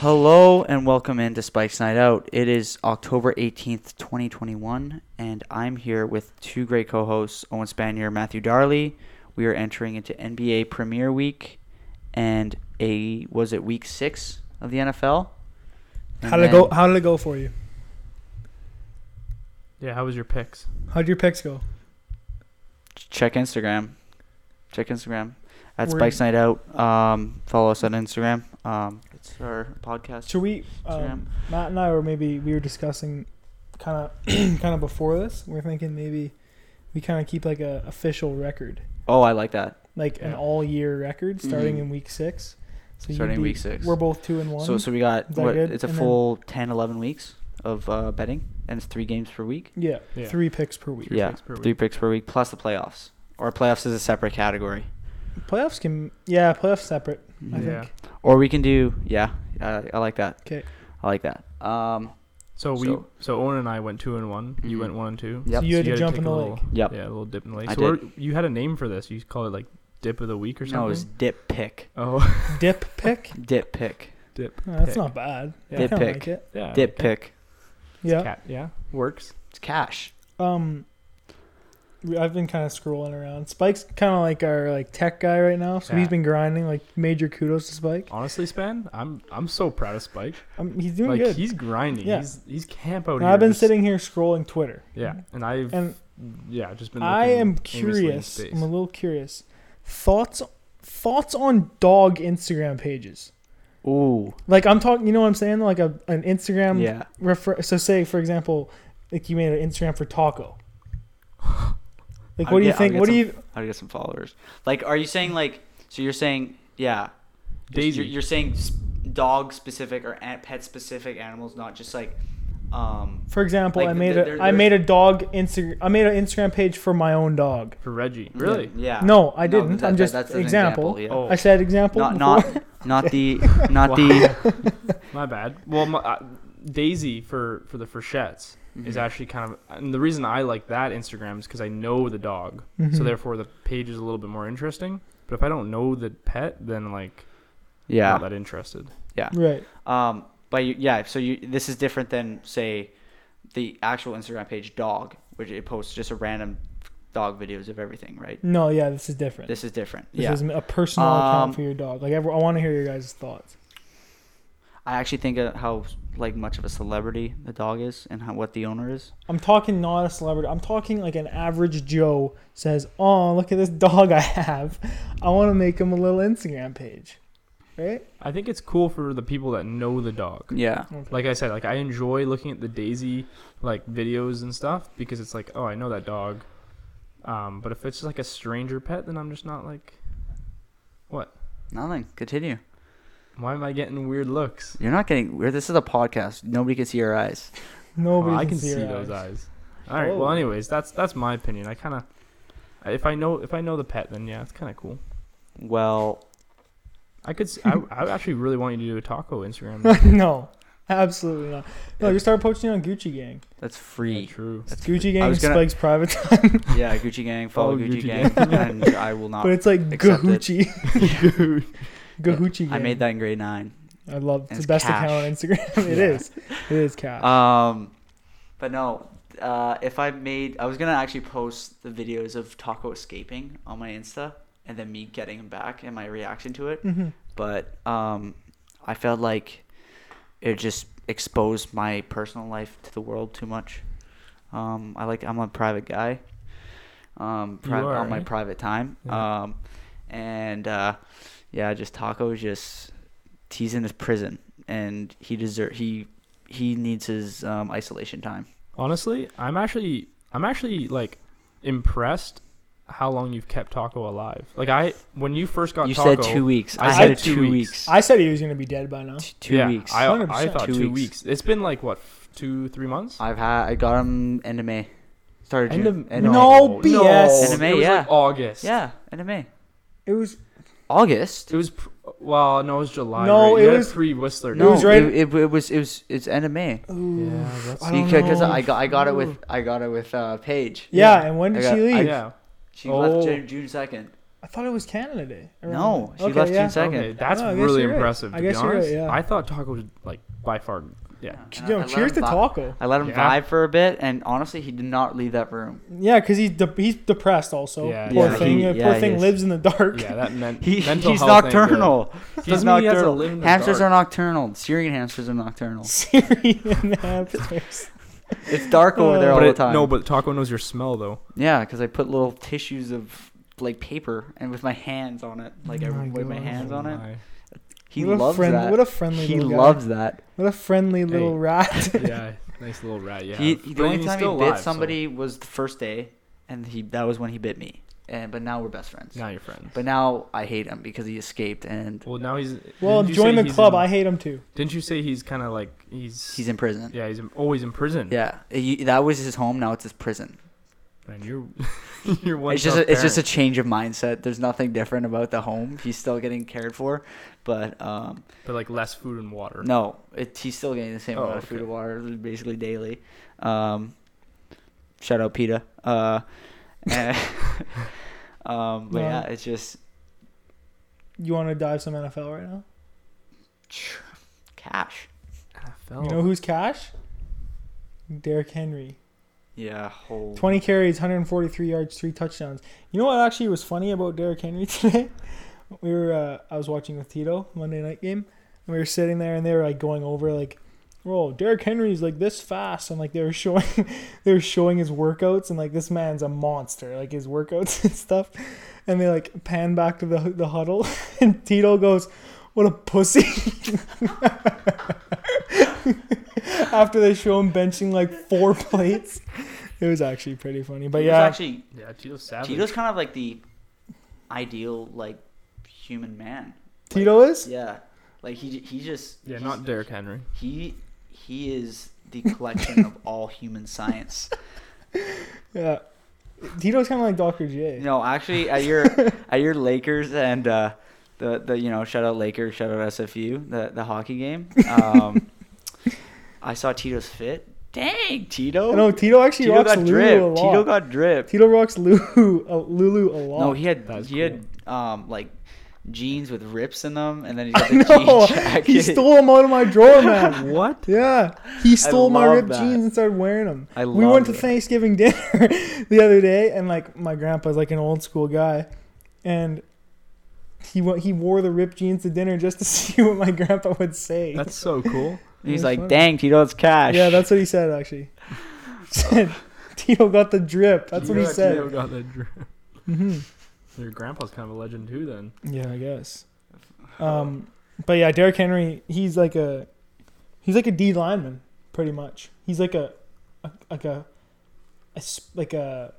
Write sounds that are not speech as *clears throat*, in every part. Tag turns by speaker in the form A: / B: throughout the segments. A: Hello and welcome into Spike's Night Out. It is October 18th, 2021, and I'm here with two great co hosts, Owen Spanier, Matthew Darley. We are entering into NBA Premier Week and a, was it week six of the NFL? And
B: How did it
A: then-
B: go? How did it go for you?
C: Yeah, how was your picks?
B: How'd your picks go?
A: check Instagram. Check Instagram at
B: We're-
A: Spike's Night Out. Um, follow us on Instagram. Um, it's our podcast.
B: Should we? Um, Matt and I were maybe we were discussing, kind *clears throat* of, kind of before this. We are thinking maybe we kind of keep like a official record,
A: oh, I like that.
B: like an
C: Yeah.
B: all year record starting
A: Mhm.
B: in week six. So you'd
A: Starting
B: be-
A: week six.
B: We're both two and one.
A: So, so we got
B: Is that
A: what,
B: good?
A: it's a
B: And then-
A: full 10, 11 weeks of uh, betting, and it's three games per week,
B: yeah,
C: Yeah.
B: three picks per week.
C: Three
A: Yeah,
C: picks per
A: three
C: week.
A: picks per week, plus the playoffs. Or playoffs is a separate category.
B: Playoffs can, yeah, playoffs separate. I
A: Mhm.
C: Yeah.
B: think.
A: Or we can do, yeah, uh, I, I like that.
B: 'Kay.
A: I like that. Um,
C: So we,
A: So-
C: so, Owen and I went two and one.
B: Mm-hmm.
C: You
A: Mhm.
C: went one and two.
A: Yep.
B: So you had
C: had
B: to jump
C: take
B: in the
C: a
B: lake.
C: Little,
A: Yep.
C: Yeah, a little dip in the lake.
A: I
C: so what- you had a name for this. You called it like dip of the week or
A: no, it was
C: something.
A: dip pick.
B: *laughs*
C: oh,
B: Dip
A: *laughs*
B: pick.
A: Dip pick.
B: No, that's
C: Pick.
B: not bad.
C: Yeah.
B: I
A: Dip
B: kinda
A: pick.
B: Like it.
C: yeah.
A: Dip
C: okay.
A: pick.
B: Yeah.
C: Cat, yeah, works.
A: It's cash.
B: Um, we- I've been kind of scrolling around. Spike's kind of like our like tech guy right now, so he's
C: Yeah.
B: been grinding. Like major kudos to Spike.
C: Honestly, Span, I'm I'm so proud of Spike.
B: Um, he's doing
C: like
B: good.
C: he's grinding.
B: Yeah.
C: He's he's camp out
B: And
C: here.
B: I've been
C: just-
B: sitting here scrolling Twitter,
C: Yeah, and I've
B: and
C: yeah just been.
B: I
C: looking
B: am
C: aimlessly in
B: curious.
C: space.
B: I'm a little curious. Thoughts thoughts on dog Instagram pages.
A: Ooh.
B: Like I'm talking, you know what I'm saying? Like a an Instagram.
A: yeah.
B: Refer- so say for example, like you made an Instagram for
C: *laughs*
B: taco. Like what
A: I'll
B: do you
A: get- I'll
B: think?
A: get
B: What do
A: some-
B: you?
A: How to get some followers. Like, are you saying like? So you're saying yeah.
C: Daisy.
A: You're, you're saying dog specific or an- pet specific animals, not just like. Um,
B: For example,
A: Like,
B: I made
A: there-
B: a I
A: there- there's-
B: made a dog Insta- I made an Instagram page for my own dog.
C: for Reggie. Really?
A: Yeah.
B: No, I
A: No,
B: didn't.
A: that-
B: I'm
A: that-
B: just
A: that's an
B: example.
A: example, yeah.
C: Oh,
B: I said example.
A: Not
B: before.
A: not not the not the
C: My bad. Well, my, uh, Daisy for for the Frechets is
A: Mhm.
C: actually kind of, and the reason I like that Instagram is because I know the dog, so
B: Mhm.
C: therefore the page is a little bit more interesting. But if I don't know the pet, then like not
A: yeah.
C: that interested.
B: *laughs* right.
A: Um, but you, yeah, so you this is different than say the actual Instagram page dog, which it posts just a random dog videos of everything, right?
B: No, yeah, this is different. This,
A: This is different. yeah.
B: is a personal
A: Um,
B: account for your dog. Like, I, want to hear your guys' thoughts.
A: I actually think of how like much of a celebrity the dog is and how what the owner is.
B: I'm talking not a celebrity. I'm talking like an average Joe says, "Oh, look at this *laughs* dog I have. I want to make him a little Instagram page." Right?
C: I think it's cool for the people that know the dog.
A: Yeah.
B: Okay.
C: Like I said, like I enjoy looking at the Daisy like videos and stuff because it's like, oh, I know that dog. Um, but if it's like a stranger pet, then I'm just not like, what?
A: Nothing. Continue.
C: Why am I getting weird looks?
A: You're not getting weird. This is a podcast. Nobody can see your eyes.
B: Nobody can
C: Well, Oh, I can see,
B: see, your
C: those
B: eyes.
C: eyes. All right.
B: Oh.
C: Well, anyways, that's that's my opinion. I kind of, if I know if I know the pet, then yeah, it's kind of cool.
A: Well,
C: I could. s-
B: *laughs*
C: I, I actually really want you to do a taco Instagram.
A: *laughs*
B: no, absolutely not. No, you start posting on Gucci Gang.
A: that's
C: Yeah,
A: free.
C: true.
A: That's
B: Gucci
A: I
B: Gang
A: was
B: is
A: gonna-
B: Spike's
A: *laughs*
B: private
A: Yeah, Gucci Gang. Follow
C: Oh,
A: Gucci,
C: Gucci
A: Gang, *laughs*
C: Gang.
A: and I will not.
B: but it's like
A: accept it. *laughs*
B: Gahuchi. Gahuchi.
A: I
B: gang.
A: made that in grade nine.
B: I love it's
A: It's
B: the best
A: cash.
B: account on Instagram. *laughs* It
A: Yeah.
B: is. It is cash.
A: Um, but no, uh, if I made, I was gonna actually post the videos of Taco escaping on my Insta, and then me getting him back and my reaction to it.
B: hmm
A: But um, I felt like it just exposed my personal life to the world too much. Um, I like I'm a private guy. Um,
C: You
A: pri-
C: are,
A: on my
C: eh?
A: private time.
C: Yeah.
A: Um, and uh, yeah, just Taco is just he's in his prison, and he deserve he he needs his um, isolation time.
C: Honestly, I'm actually I'm actually like impressed how long you've kept taco alive. Like I when you first got
A: you
C: taco,
A: said two weeks. I,
C: I
A: had
C: said
A: it
C: two
A: two
C: weeks.
A: weeks.
B: I said he was gonna be dead by now.
A: T- two
C: yeah,
A: weeks.
C: I, I
B: 100%.
C: thought
A: Two
C: two,
A: weeks.
C: weeks. It's been like what f- two three months.
A: I've had I got him end of May. Started
C: End
A: June.
C: of
A: End of
B: No.
A: May.
B: BS.
A: End of May,
C: it was
A: yeah.
C: like August.
A: Yeah, end of May.
B: It was.
A: August.
C: It was pr- well, no, it was July.
B: No,
C: right?
B: it
C: you
B: was-
C: pre Whistler.
B: No. was right-
A: It, it, it was it was it's end of May.
B: Ooh.
C: Yeah, that's-
B: I don't
A: Because
B: know.
A: I got I got it with I got it with uh, Paige.
B: Yeah, and when
A: I
B: did
A: got-
B: she
A: I
B: leave?
C: Yeah,
A: She
C: Oh.
A: left June, June second.
B: I thought it was Canada Day. around
A: No,
B: then.
A: she left June
B: yeah.
A: second.
C: Okay, that's
B: No, I guess
C: really
B: you're right.
C: impressive.
B: I
C: To
B: guess
C: be
B: you're right,
C: honest,
B: yeah.
C: I thought taco was like by far. Yeah,
A: and I- I
B: Yo,
A: let
B: cheers
A: him vi-
B: to taco.
A: I let him
C: Yeah.
A: vibe for a bit, and honestly, he did not leave that room.
B: Yeah, because he's de- he's depressed also.
C: Yeah,
B: poor
C: yeah.
B: thing.
A: He-
B: uh,
A: yeah,
B: poor
A: he
B: thing
A: is.
B: lives in the
A: *laughs*
B: dark. *laughs*
C: yeah, that meant
A: He,
C: mental
A: he's
C: health ain't good.
A: nocturnal. He's
C: Doesn't mean he has to
A: nocturnal.
C: live in the
A: Hamsters
C: dark.
A: are nocturnal. Syrian hamsters are nocturnal.
B: Syrian
A: *laughs*
B: hamsters.
A: It's dark over there
B: Uh,
A: all
C: But
A: the
C: it-
A: time.
C: no, but taco knows your smell though.
A: yeah, because I put little tissues of like paper and with my hands on it, like I
B: My
A: wave my
B: God.
A: hands
C: Oh
A: on it.
C: my.
A: He
B: what
A: loves
B: a friend,
A: that.
B: What a friendly
A: he
B: little guy.
A: loves that.
B: What a friendly little
C: Hey.
B: rat.
C: *laughs* yeah, nice little rat. Yeah.
A: He, he- the only time he bit somebody was the first day, and he that was when he bit me. And but now we're best friends.
C: now you're friends.
A: But now I hate him because he escaped and
C: well, now he's.
B: well,
C: didn't you
B: join the
C: say he's
B: club.
C: in-
B: I hate him too.
C: Didn't you say he's kind of like he's?
A: he's in prison.
C: yeah, he's in, always in prison.
A: Yeah, He- that was his home. Now it's his prison.
C: And you're. *laughs* you're one.
A: it's just a,
C: tough
A: it's just a
C: parent.
A: change of mindset. There's nothing different about the home. He's still getting cared for, but um,
C: But like less food and water.
A: no, it, he's still getting the same
C: Oh,
A: amount of food
C: okay.
A: and water basically daily. Um, shout out Peta. Uh, *laughs* and- um, but
B: No.
A: yeah, it's just
B: You want to dive some NFL right now?
A: cash.
C: NFL.
B: You know who's cash? Derrick Henry.
A: Yeah, whole
B: 20 carries, 143 yards, three touchdowns. You know what actually was funny about Derrick Henry *laughs* today? We were uh, I was watching with Tito Monday night game, and we were sitting there and they were like going over like, "Whoa, Derrick Henry's like this fast," and like they were showing they were showing his workouts and like this man's a monster, like his workouts *laughs* and stuff. And they like pan back to the the huddle, *laughs* and Tito goes, "What a pussy." *laughs* After they show him benching like four *laughs* plates, it was actually pretty funny. But
A: Tito's
B: yeah,
A: actually
C: Yeah, Tito's savage.
A: Tito's kind of like the ideal like human man.
B: Tito is.
A: Yeah, like he j- he just
C: yeah,
A: he's-
C: not Derrick Henry.
A: He he is the collection of all human science.
B: Yeah. Tito's kind of like Dr. J.
A: No, actually, at your at your Lakers and uh, the the you know shout out Lakers, shout out SFU, the the hockey game. Um, I saw Tito's fit. Dang, Tito!
B: No, Tito actually
A: Tito
B: rocks
A: got
B: Lulu a
A: dripped.
B: lot.
A: Tito
B: Tito,
A: got dripped.
B: rocks Lulu, uh, Lulu a lot.
A: No, he had
C: That's
A: he had um like jeans with rips in them, and then *laughs*
B: *laughs*
A: he got the
B: no,
A: jean jacket.
B: he stole them out of my
A: *laughs*
B: drawer, man.
C: What?
B: Yeah, he stole my
A: love
B: ripped
A: that.
B: jeans and started wearing them.
A: I
B: we went to
A: love it.
B: Thanksgiving *laughs* dinner the other day, and like my grandpa's like an old school guy, and he wa- he wore the ripped jeans to dinner just to *laughs* see what my grandpa would say.
C: That's so cool.
A: He's
B: That's
A: like,
B: funny.
A: dang, Tito, it's cash.
B: yeah, that's what he said actually. *laughs* He said, Tito got the drip. *laughs* That's what he
C: Tito- Tito
B: said.
C: got that dri-
B: hmm
C: Your grandpa's kind of a legend too. Then
B: Yeah, I guess. Um, but yeah, Derrick Henry, he's like a, he's like a D lineman, pretty much. He's like a, a like a, a s- like a,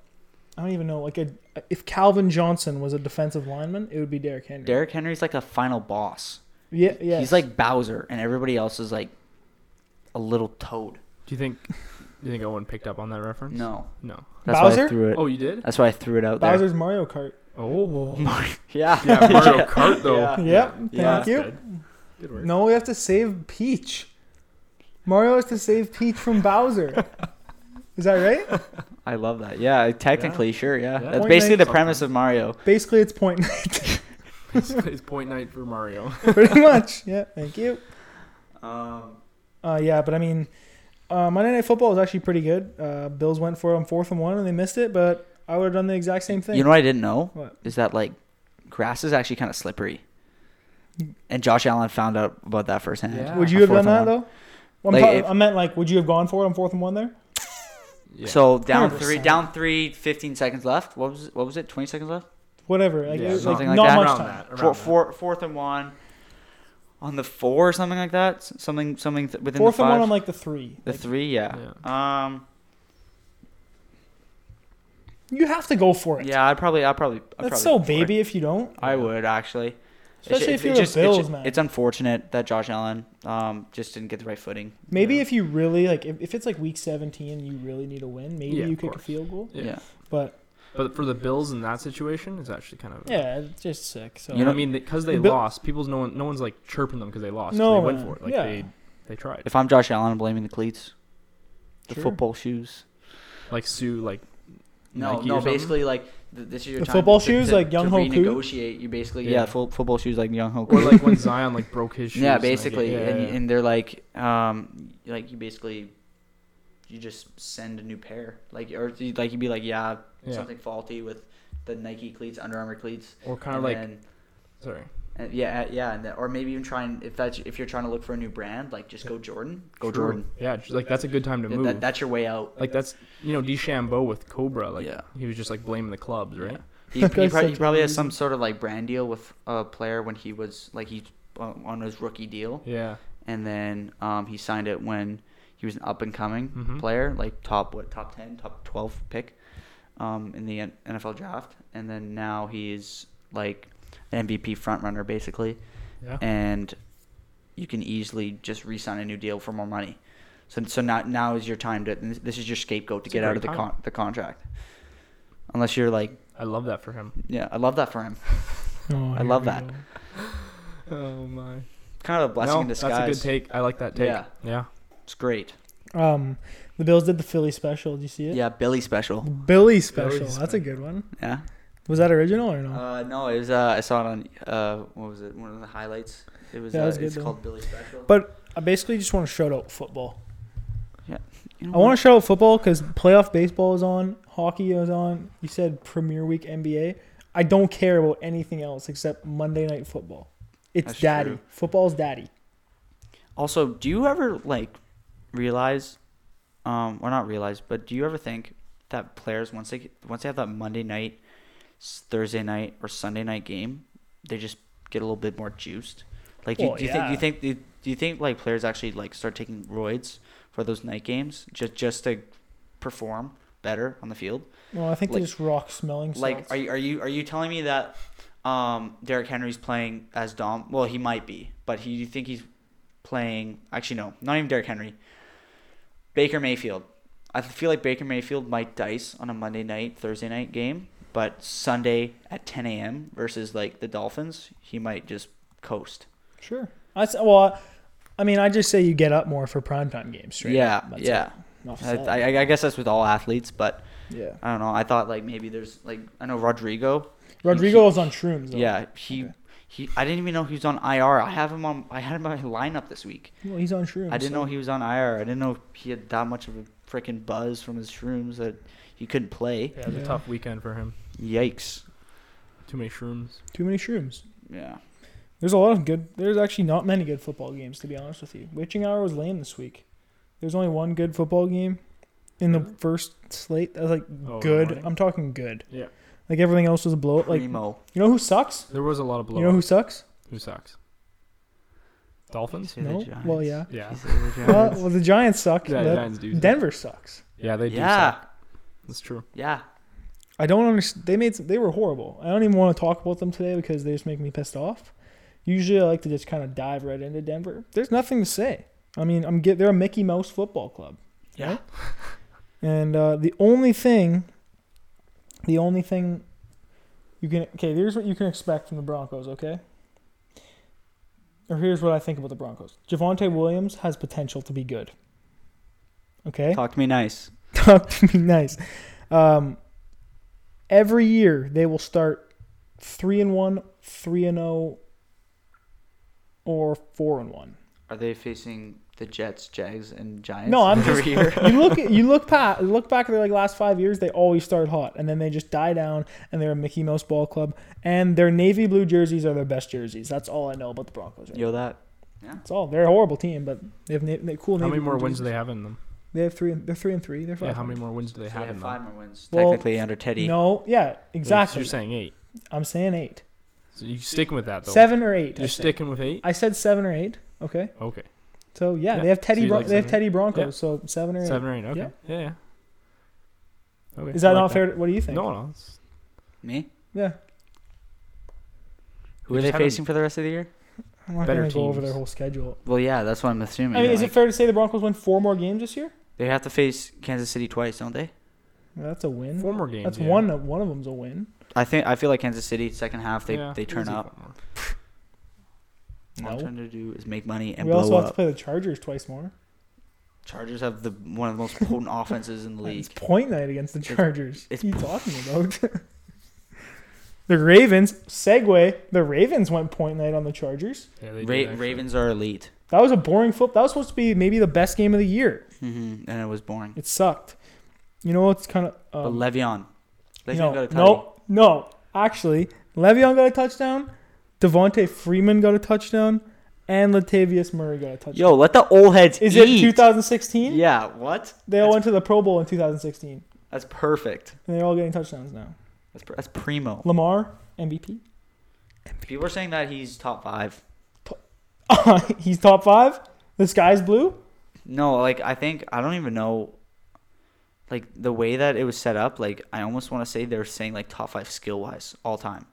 B: I don't even know, like a. If Calvin Johnson was a defensive lineman, it would be Derrick
A: *laughs*
B: Henry.
A: Derrick Henry's like a final boss.
B: yeah, yeah.
A: He's like Bowser, and everybody else is like a little toad.
C: do you think? Do you think Owen picked up on that reference?
A: No,
C: No.
A: that's why
B: Bowser?
A: I threw it.
C: Oh, you did?
A: That's why I threw it out there.
B: Bowser's Mario Kart. *laughs*
C: Oh.
A: yeah, *laughs*
C: Yeah, Mario Kart though.
A: Yeah.
B: Yep. Thank
A: Yeah, that's
B: you.
C: Good. Good work.
B: No, we have to save Peach. Mario has to save Peach
A: *laughs*
B: from Bowser. Is that right?
A: I love that. Yeah, technically, sure. Yeah,
C: Yeah.
A: that's
B: Point
A: basically the
C: blank.
A: premise of Mario.
B: Basically, it's point
C: *laughs*
B: *laughs*
C: it's, it's point night for Mario.
B: pretty much. Yeah, thank you.
A: Um,
B: Uh, yeah, but I mean, uh, Monday Night Football was actually pretty good. Uh, Bills went for it on fourth and one, and they missed it. But I would have done the exact same thing.
A: you know what I didn't know
B: What?
A: is that like grass is actually kind of slippery, and Josh Allen found out about that firsthand.
C: Yeah.
B: Mm. would you
A: on
B: have
A: fourth
B: done that
A: and one.
B: though? Well, I'm
A: Like,
B: talking-
A: if-
B: I meant like, would you have gone for it on fourth and one there?
C: Yeah.
A: So down three,
B: 100%.
A: down three, 15 seconds left. What was what was it? 20 seconds left.
B: Whatever. Like,
C: Yeah,
B: it was, like,
A: something like
B: not
A: that.
B: much
C: around
B: time.
C: that. Around
A: Four,
C: that.
A: four, fourth and one, on the four or something like that. S- Something something th- within
B: Fourth
A: the
B: and
A: five.
B: one on like the three.
A: the
B: Like,
A: three, yeah. Um,
B: you have to go for it.
A: yeah, I'd probably, I'd probably, I'd probably
B: That's so
A: go for it.
B: baby if you don't.
A: I would actually. It's ju-
B: Especially
A: it's-
B: if you're
A: it's
B: the
A: just- it's
B: Bills,
A: ju-
B: man.
A: It's unfortunate that Josh Allen um just didn't get the right footing.
B: Maybe if you really like, if, if it's like week 17 and you really need a win, maybe
C: Yeah,
B: you
C: of
B: kick
C: course.
B: a field goal.
A: yeah.
C: Yeah.
B: But
C: But for the Bills in that situation, it's actually kind of
B: yeah, it's just sick. So
A: You know-
C: I mean, because they
B: The Bill-
C: lost, people's no one, no one's like chirping them because they lost. 'cause
B: No,
C: they went
B: no,
C: for it. Like
B: yeah.
C: they, they tried.
A: If I'm Josh Allen, I'm blaming the cleats, the
B: Sure.
A: football shoes.
C: Like Sue, like
A: No,
C: Nike or
A: no,
C: something?
A: basically like th- this is your
B: The
A: time
B: football
A: to,
B: shoes,
A: to,
B: like
A: to
B: Young Ho Koo?
A: renegotiate. You basically yeah,
C: Yeah.
A: full, football shoes like Young Ho.
C: Or
A: Koo. *laughs*
C: like when Zion like broke his *laughs* shoes.
A: yeah,
C: and, like,
A: basically,
C: yeah,
A: and
C: yeah.
A: and they're like, um, like you basically, you just send a new pair, like or you- like you'd be like, yeah,
C: Yeah.
A: something faulty with the Nike cleats, Under Armour cleats,
C: or kind
A: and
C: of like
A: then,
C: sorry.
A: and yeah, uh, yeah, and then, or maybe even try and if that's if you're trying to look for a new brand, like just go Jordan, go
C: True.
A: Jordan.
C: Yeah, just, like that's a good time to
A: Th-
C: move.
A: That, that's your way out.
C: like that's you know DeChambeau with Cobra. Like
A: Yeah.
C: he was just like blaming the clubs, right?
A: He, he,
B: That guy's
A: probably,
B: such
A: he
B: a
A: probably has some
B: loser.
A: sort of like brand deal with a player when he was like he uh, on his rookie deal,
C: Yeah.
A: and then um, he signed it when he was an up and coming
C: Mhm.
A: player, like top what top ten, top twelve pick um, in the N- NFL draft, and then now he's like an MVP front runner basically,
C: Yeah.
A: and you can easily just re-sign a new deal for more money. So so now now is your time to this is your scapegoat to
C: It's a
A: get out
C: great
A: of the
C: time.
A: con- the contract, unless you're like
C: I love that for him.
A: yeah I love that for him.
B: Oh,
A: I
B: here
A: love
B: we
A: that.
B: go.
C: Oh my.
A: Kind of a blessing
C: no,
A: in disguise.
C: That's a good take. I like that take.
A: Yeah.
C: Yeah.
A: It's great.
B: Um, the Bills did the Philly special. Did you see
A: Yeah,
B: it?
A: Billy special.
B: Billy special.
C: Billy
B: That's a
C: special.
B: good one.
A: Yeah.
B: Was that original or no?
A: Uh, no, it was. Uh, I saw it on. Uh, what was it? One of the highlights. It was.
B: Yeah, it
A: uh,
B: was good,
A: it's
B: though.
A: called Billy special.
B: But- I basically just want to shout out football.
A: You know
B: I want
A: what?
B: to shout out football because playoff baseball is on, hockey is on. You said Premier Week NBA. I don't care about anything else except Monday Night Football. It's
A: That's
B: daddy.
A: true.
B: Football's daddy.
A: Also, do you ever like realize, um, or not realize, but do you ever think that players once they get- once they have that Monday night, s- Thursday night, or Sunday night game, they just get a little bit more juiced. Like, do,
B: Well,
A: do you
B: yeah.
A: think do you think do you think like players actually like start taking roids for those night games just just to perform better on the field?
B: Well, I think
A: Like-
B: they just rock smelling.
A: Like,
B: salts.
A: are you are you are you telling me that um, Derrick Henry's playing as Dom? Well, he might be, but he, you think he's playing? Actually, no, not even Derrick Henry. Baker Mayfield. I feel like Baker Mayfield might dice on a Monday night, Thursday night game, but Sunday at 10 a.m. versus like the Dolphins, he might just coast.
B: sure? I s well, I mean, I just say you get up more for primetime games. Straight
A: yeah,
B: up. That's
A: yeah.
B: it. Enough
A: I,
B: said.
A: I, I guess that's with all athletes, but
B: yeah.
A: I don't know. I thought like maybe there's like I know Rodrigo.
B: Rodrigo is on shrooms. Though.
A: Yeah, he
B: Okay.
A: he. I didn't even know he was on IR. I have him on. I had him on my lineup this week.
B: Well, he's on shrooms.
A: I didn't
B: so-
A: know he was on IR. I didn't know he had that much of a freaking buzz from his shrooms that he couldn't play.
C: Yeah, it was
B: Yeah.
C: a tough weekend for him.
A: Yikes.
C: Too many shrooms.
B: Too many shrooms.
A: Yeah.
B: There's a lot of good. There's actually not many good football games, to be honest with you. Witching Hour was lame this week. There's only one good football game in the
C: Really?
B: first slate. That was like
C: Oh, in the
B: good.
C: morning?
B: I'm talking good.
C: Yeah.
B: Like everything else was a blowout. Like you
A: Primo.
B: know who sucks?
C: There was a lot of blow.
B: You know who sucks?
C: who sucks? Dolphins.
A: Say the
B: no.
A: Giants.
B: Well, yeah.
C: Yeah.
A: He's the
B: Uh,
A: Giants.
B: well, the Giants suck.
C: Yeah,
B: but
C: Giants do. suck.
B: Denver sucks.
C: Yeah, they do.
A: yeah.
C: Suck. That's true.
A: Yeah.
B: I don't understand. They made. Some, they were horrible. I don't even want to talk about them today because they just make me pissed off. Usually, I like to just kind of dive right into Denver. There's nothing to say. I mean, I'm get. They're a Mickey Mouse football club.
A: Yeah.
B: And uh, the only thing, the only thing you can, okay, here's what you can expect from the Broncos, okay? Or here's what I think about the Broncos. Javante Williams has potential to be good. Okay?
A: Talk to me nice.
B: Talk to *laughs* me nice. Um, every year they will start 3 and 1, 3 and 0, or 4 and 1.
A: Are they facing the Jets, Jags, and Giants?
B: No, I'm
A: every
B: just *laughs*
A: year?
B: you
C: *laughs*
B: look you look pat look back at their like last five years, they always start hot and then they just die down and they're a Mickey Mouse ball club and their navy blue jerseys are their best jerseys. That's all I know about the Broncos. Right?
A: Yo, that.
B: That's all. They're a horrible team, but they have na- na- cool.
C: How
B: navy
C: many more
B: blue
C: wins do
B: jerseys.
C: they have in them?
B: They have three. And, they're three and three. They're five.
C: Yeah, how many more wins do they
A: So
C: have in
A: five
C: them?
A: more wins.
B: Well,
A: Technically under Teddy.
B: No, yeah,
C: So
B: exactly.
C: you're saying eight.
B: I'm saying eight,
C: So you sticking with that though?
B: seven or eight. I
C: You're
B: said.
C: sticking with eight.
B: I said seven or eight. Okay,
C: Okay.
B: so yeah,
C: Yeah,
B: they have Teddy.
C: so you
B: Bron-
C: like
B: they have
C: seven
B: Teddy Broncos, so seven or eight.
C: Seven or eight. Okay.
B: Yeah.
C: Yeah. Yeah. Okay.
B: Is that
C: I like
B: not fair? to- What do you think?
C: No, no. it's-
A: Me?
B: Yeah.
A: Who
C: We
A: are they
C: just haven't-
A: facing for the rest of the year?
B: I'm not
C: Better
B: gonna go over
C: teams.
B: their whole schedule.
A: Well, yeah, that's what I'm assuming.
B: I mean, is
A: Like,
B: it fair to say the Broncos win four more games this year?
A: they have to face Kansas City twice, don't they?
B: That's a win.
C: Four more games.
B: That's
C: yeah.
B: one. Of, one of them's a win.
A: I think I feel like Kansas City second half they,
C: Yeah,
A: they turn
C: easy
A: up.
C: four more.
A: All I'm
B: No.
A: trying to do is make money and
B: We also
A: blow
B: have to
A: up.
B: play the Chargers twice more.
A: Chargers have the
B: *laughs*
A: one of the most potent offenses in the
B: It's
A: league.
B: point night against the
A: It's-
B: Chargers.
A: it's-
B: what are you talking about? *laughs* The Ravens, segue, the Ravens went point night on the Chargers.
C: Yeah, they did,
A: Ra-
C: actually.
A: Ravens are elite.
B: That was a boring flip. That was supposed to be maybe the best game of the year.
A: hmm And it was boring.
B: It sucked. You know, it's kind of.
A: But
B: Um,
A: Le'Veon. Le'Veon
B: no,
A: got a title.
B: no, no. Actually, Le'Veon got a touchdown. Devontae Freeman got a touchdown. And Latavius Murray got a touchdown.
A: Yo, let the old heads
B: Is it
A: eat.
B: 2016?
A: yeah, what?
B: They all
A: That's-
B: went to the Pro Bowl in 2016,
A: That's perfect.
B: and they're all getting touchdowns now.
A: That's, pr- that's primo.
B: Lamar MVP.
A: People are saying that he's top five.
B: *laughs* He's top five. The sky's blue.
A: No, like I think I don't even know. Like the way that it was set up, like I almost want to say they're saying like top five skill wise all time.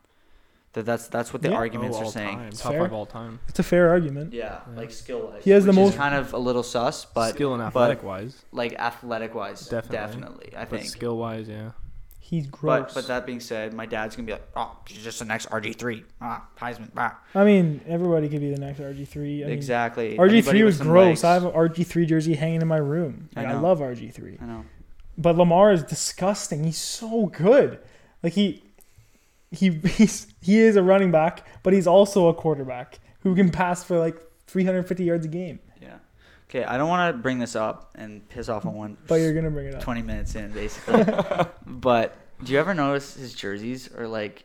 A: That that's that's what the
B: Yeah.
A: arguments
C: Oh,
A: are
C: all
A: saying.
C: time.
B: It's
C: Top
B: fair.
C: five all time.
B: It's a fair argument.
A: Yeah,
C: Yeah.
A: like skill wise.
B: He has the
A: which
B: most-
A: is kind of a little sus, but
C: skill and
A: but-
C: athletic wise,
A: like athletic wise, definitely,
C: Definitely.
A: I
C: but
A: think.
C: skill wise, yeah.
B: He's gross.
A: But but that being said, my dad's gonna be like, oh, she's just the next RG three, ah, Heisman, ah.
B: I mean, everybody could be the next RG three.
A: exactly.
B: RG
A: Anybody
B: three
A: with
B: was
A: some
B: gross. I have
A: legs.
B: an RG three jersey hanging in my room.
A: I
B: Like, I,
A: know.
B: love RG three.
A: I know.
B: But Lamar is disgusting. He's so good. Like he, he *laughs* he's, he is a running back, but he's also a quarterback who can pass for like 350 yards a game.
A: Yeah. Okay, I don't want to bring this up and piss off on one.
B: But you're gonna bring it up.
A: 20 minutes in
C: *laughs*
A: basically. but do you ever notice his jerseys are like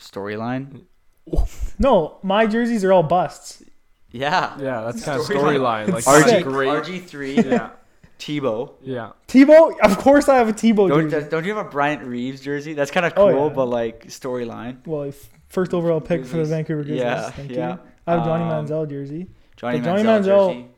B: Mm.
A: storyline?
B: No, my jerseys are all busts.
A: Yeah.
C: Yeah, that's kind of
A: Storyline.
C: storyline. Like
B: It's
A: RG
B: sick.
C: that's great.
A: RG3,
C: Yeah,
A: Tebow.
C: yeah.
B: Tebow, of course I have a Tebow
A: Don't,
B: jersey.
A: don't you have a Bryant Reeves jersey? That's kind of cool,
B: Oh, yeah.
A: but like storyline.
B: Well, if- first overall pick for the
A: Grizzlies.
B: Vancouver Grizzlies.
A: Yeah,
B: Thank
A: yeah.
B: you. I have Johnny
A: Um,
B: Manziel jersey.
A: Johnny,
B: But Johnny
A: Manziel,
B: Manziel-
A: jersey.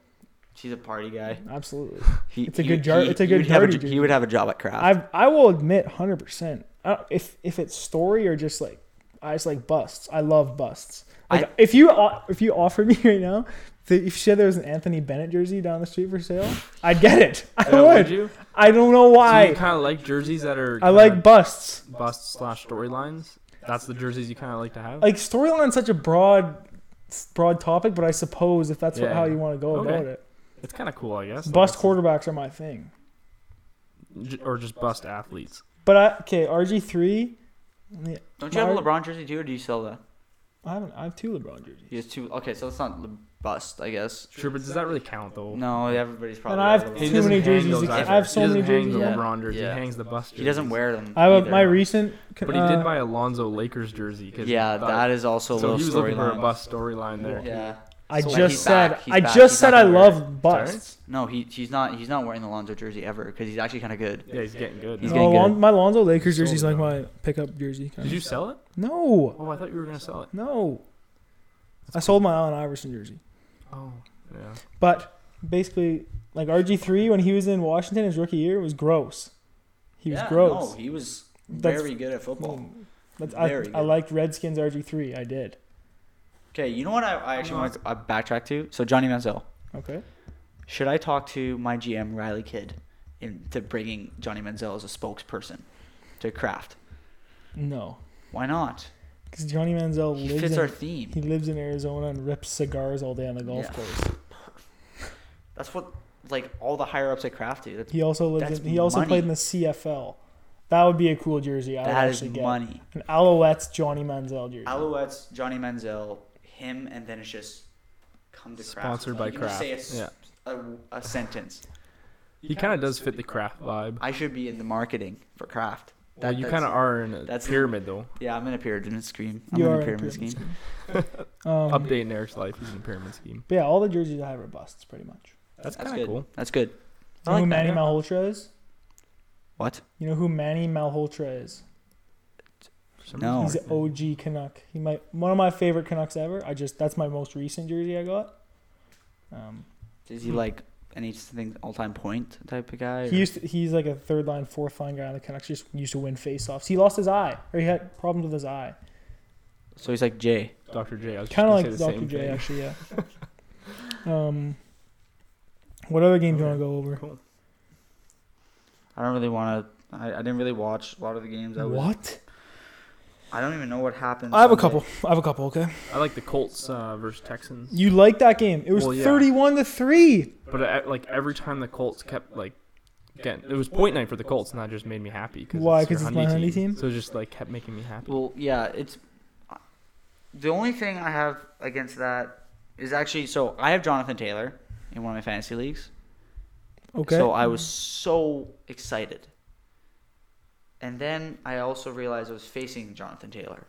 A: She's a party guy.
B: Absolutely.
A: He,
B: It's a
A: he-
B: good jar-
A: he-
B: it's a
A: he
B: good
A: would have
B: Jardy
A: j- He
B: jersey.
A: would have a job at Kraft.
B: I I will admit 100%. I don't, if if it's story or just like I just like busts. I love busts. Like
A: I-
B: if you o- if you offered me *laughs* right now, the, if you said there was an Anthony Bennett jersey down the street for sale, I'd get it. *laughs* I
C: Uh,
B: would.
C: would you?
B: I don't know
C: I
B: why.
C: kind of like jerseys that are.
B: I like busts.
C: bust slash storylines. That's the jerseys you kind of like to have.
B: Like storyline such a broad broad topic, but I suppose if that's what,
C: Yeah.
B: how you want to go
C: Okay.
B: about it.
C: It's kind of cool, I guess.
B: Bust
C: Like,
B: quarterbacks are my thing.
C: it's- j- or just bust athletes.
B: But I okay, RG3 yeah,
A: don't you have a
B: Mar-
A: LeBron jersey too, or do you sell that?
B: I haven't I have two LeBron jerseys.
A: He has two. Okay, so it's not Le- bust, I guess.
C: Sure, but does that really count though?
A: No, everybody's probably.
B: And I have
A: LeBron.
B: He
C: He
B: Too many
C: doesn't hang
B: jerseys
C: those
B: to- I
C: either.
B: have so
C: he doesn't
B: many
C: hang
B: jerseys.
C: the
A: Yeah.
C: LeBron jersey.
A: Yeah.
C: He hangs the bust.
A: He doesn't
C: jerseys.
A: wear them.
B: I have
A: either.
B: my recent
C: But he
B: uh,
C: did buy Alonzo Lakers jersey. 'cause
A: Yeah,
C: he thought-
A: that is also a
C: So
A: little
C: he was looking for a
A: storyline.
C: bust storyline there.
A: Yeah.
B: I
A: So, like, he's
B: just said
A: back, he's
B: I
A: back,
B: just
A: he's
B: said
A: not
B: I
A: gonna wear
B: love busts.
A: No, he he's not he's not wearing the Lonzo jersey ever because he's actually kind of good.
C: Yeah, he's getting good.
A: He's
C: now.
A: getting-
B: No, Lon-
A: good.
B: my Lonzo Lakers
C: Sold
B: jersey's
C: it,
B: like my pickup jersey. Kind
C: Oh, Did
B: of.
C: you sell it?
B: No,
C: Oh, I thought you were gonna sell it.
B: no. I sold my Allen Iverson jersey,
C: Oh, yeah.
B: but basically, like RG three when he was in Washington his rookie year was gross. He was gross.
A: No, he was
B: That's-
A: very good at football.
B: Mm. That's, I,
A: Very good.
B: I liked Redskins RG three. I did.
A: Okay, you know what I, I actually want to backtrack to? So Johnny Manziel.
B: Okay.
A: Should I talk to my GM Riley Kidd into bringing Johnny Manziel as a spokesperson to Kraft?
B: No,
A: Why not?
B: because Johnny Manziel
A: He
B: lives
A: fits
B: in,
A: our theme.
B: he lives in Arizona and rips cigars all day on the golf
A: Yeah.
B: course.
A: That's what like all the higher ups at Kraft do. That's,
B: He also lives
A: That's
B: in, he also
A: money.
B: played in the CFL. That would be a cool jersey. I would
A: that is
B: actually get.
A: money.
B: An Alouettes Johnny Manziel jersey.
A: Alouettes, Johnny Manziel, him, and then it's just come to Kraft.
C: Sponsored by
A: You can just
C: Kraft.
A: say a s-
C: Yeah.
A: a- a sentence.
C: He kind of does fit the craft vibe.
A: I should be in the marketing for craft.
C: Well, you kind of are in a
A: that's-
C: pyramid though.
A: Yeah, I'm in a pyramid scheme. I'm
B: You
A: in
B: are
A: a
B: in a
A: pyramid scheme.
B: pyramid Um,
C: Updating Eric's life. He's in a pyramid scheme.
B: But yeah, all the jerseys I have are busts, pretty much.
C: That's
A: That's
C: kind
A: good.
C: of cool.
A: That's good. I
B: You know
A: like
B: who
A: that,
B: Manny
A: yeah.
B: Malhotra is?
A: What?
B: You know who Manny Malhotra is?
C: For some
A: No.
B: He's an OG Canuck. He might one of my favorite Canucks ever. I just that's my most recent jersey I got. Um,
A: Is he like anything all time point type of guy? or-
B: he used to, he's like a third line, fourth line guy on the Canucks. Just used to win faceoffs. He lost his eye, or he had problems with his eye.
A: so he's like Jay.
C: Dr. J. I was just
B: Kind
C: gonna
B: of
C: say
B: like Dr.
C: the same
B: J,
C: thing.
B: actually. Yeah.
C: *laughs*
B: um, what other game do you want to go over?
C: Cool.
A: I don't really want to. I, I didn't really watch a lot of the games. I was,
B: What?
A: I don't even know what happened.
B: I have a
A: Sunday.
B: couple. I have a couple. Okay.
C: I like the Colts uh, versus Texans.
B: You like that game? It was
C: Well, yeah.
B: thirty-one to three.
C: But I, like every time the Colts kept like Again, it was point night for the Colts, and that just made me happy.
B: Why?
C: your
B: 'Cause it's my Hundy team?
C: So it just like kept making me happy.
A: Well, yeah, it's the only thing I have against that is actually so I have Jonathan Taylor in one of my fantasy leagues.
B: Okay. Mm-hmm.
A: So I was so excited. And then I also realized I was facing Jonathan Taylor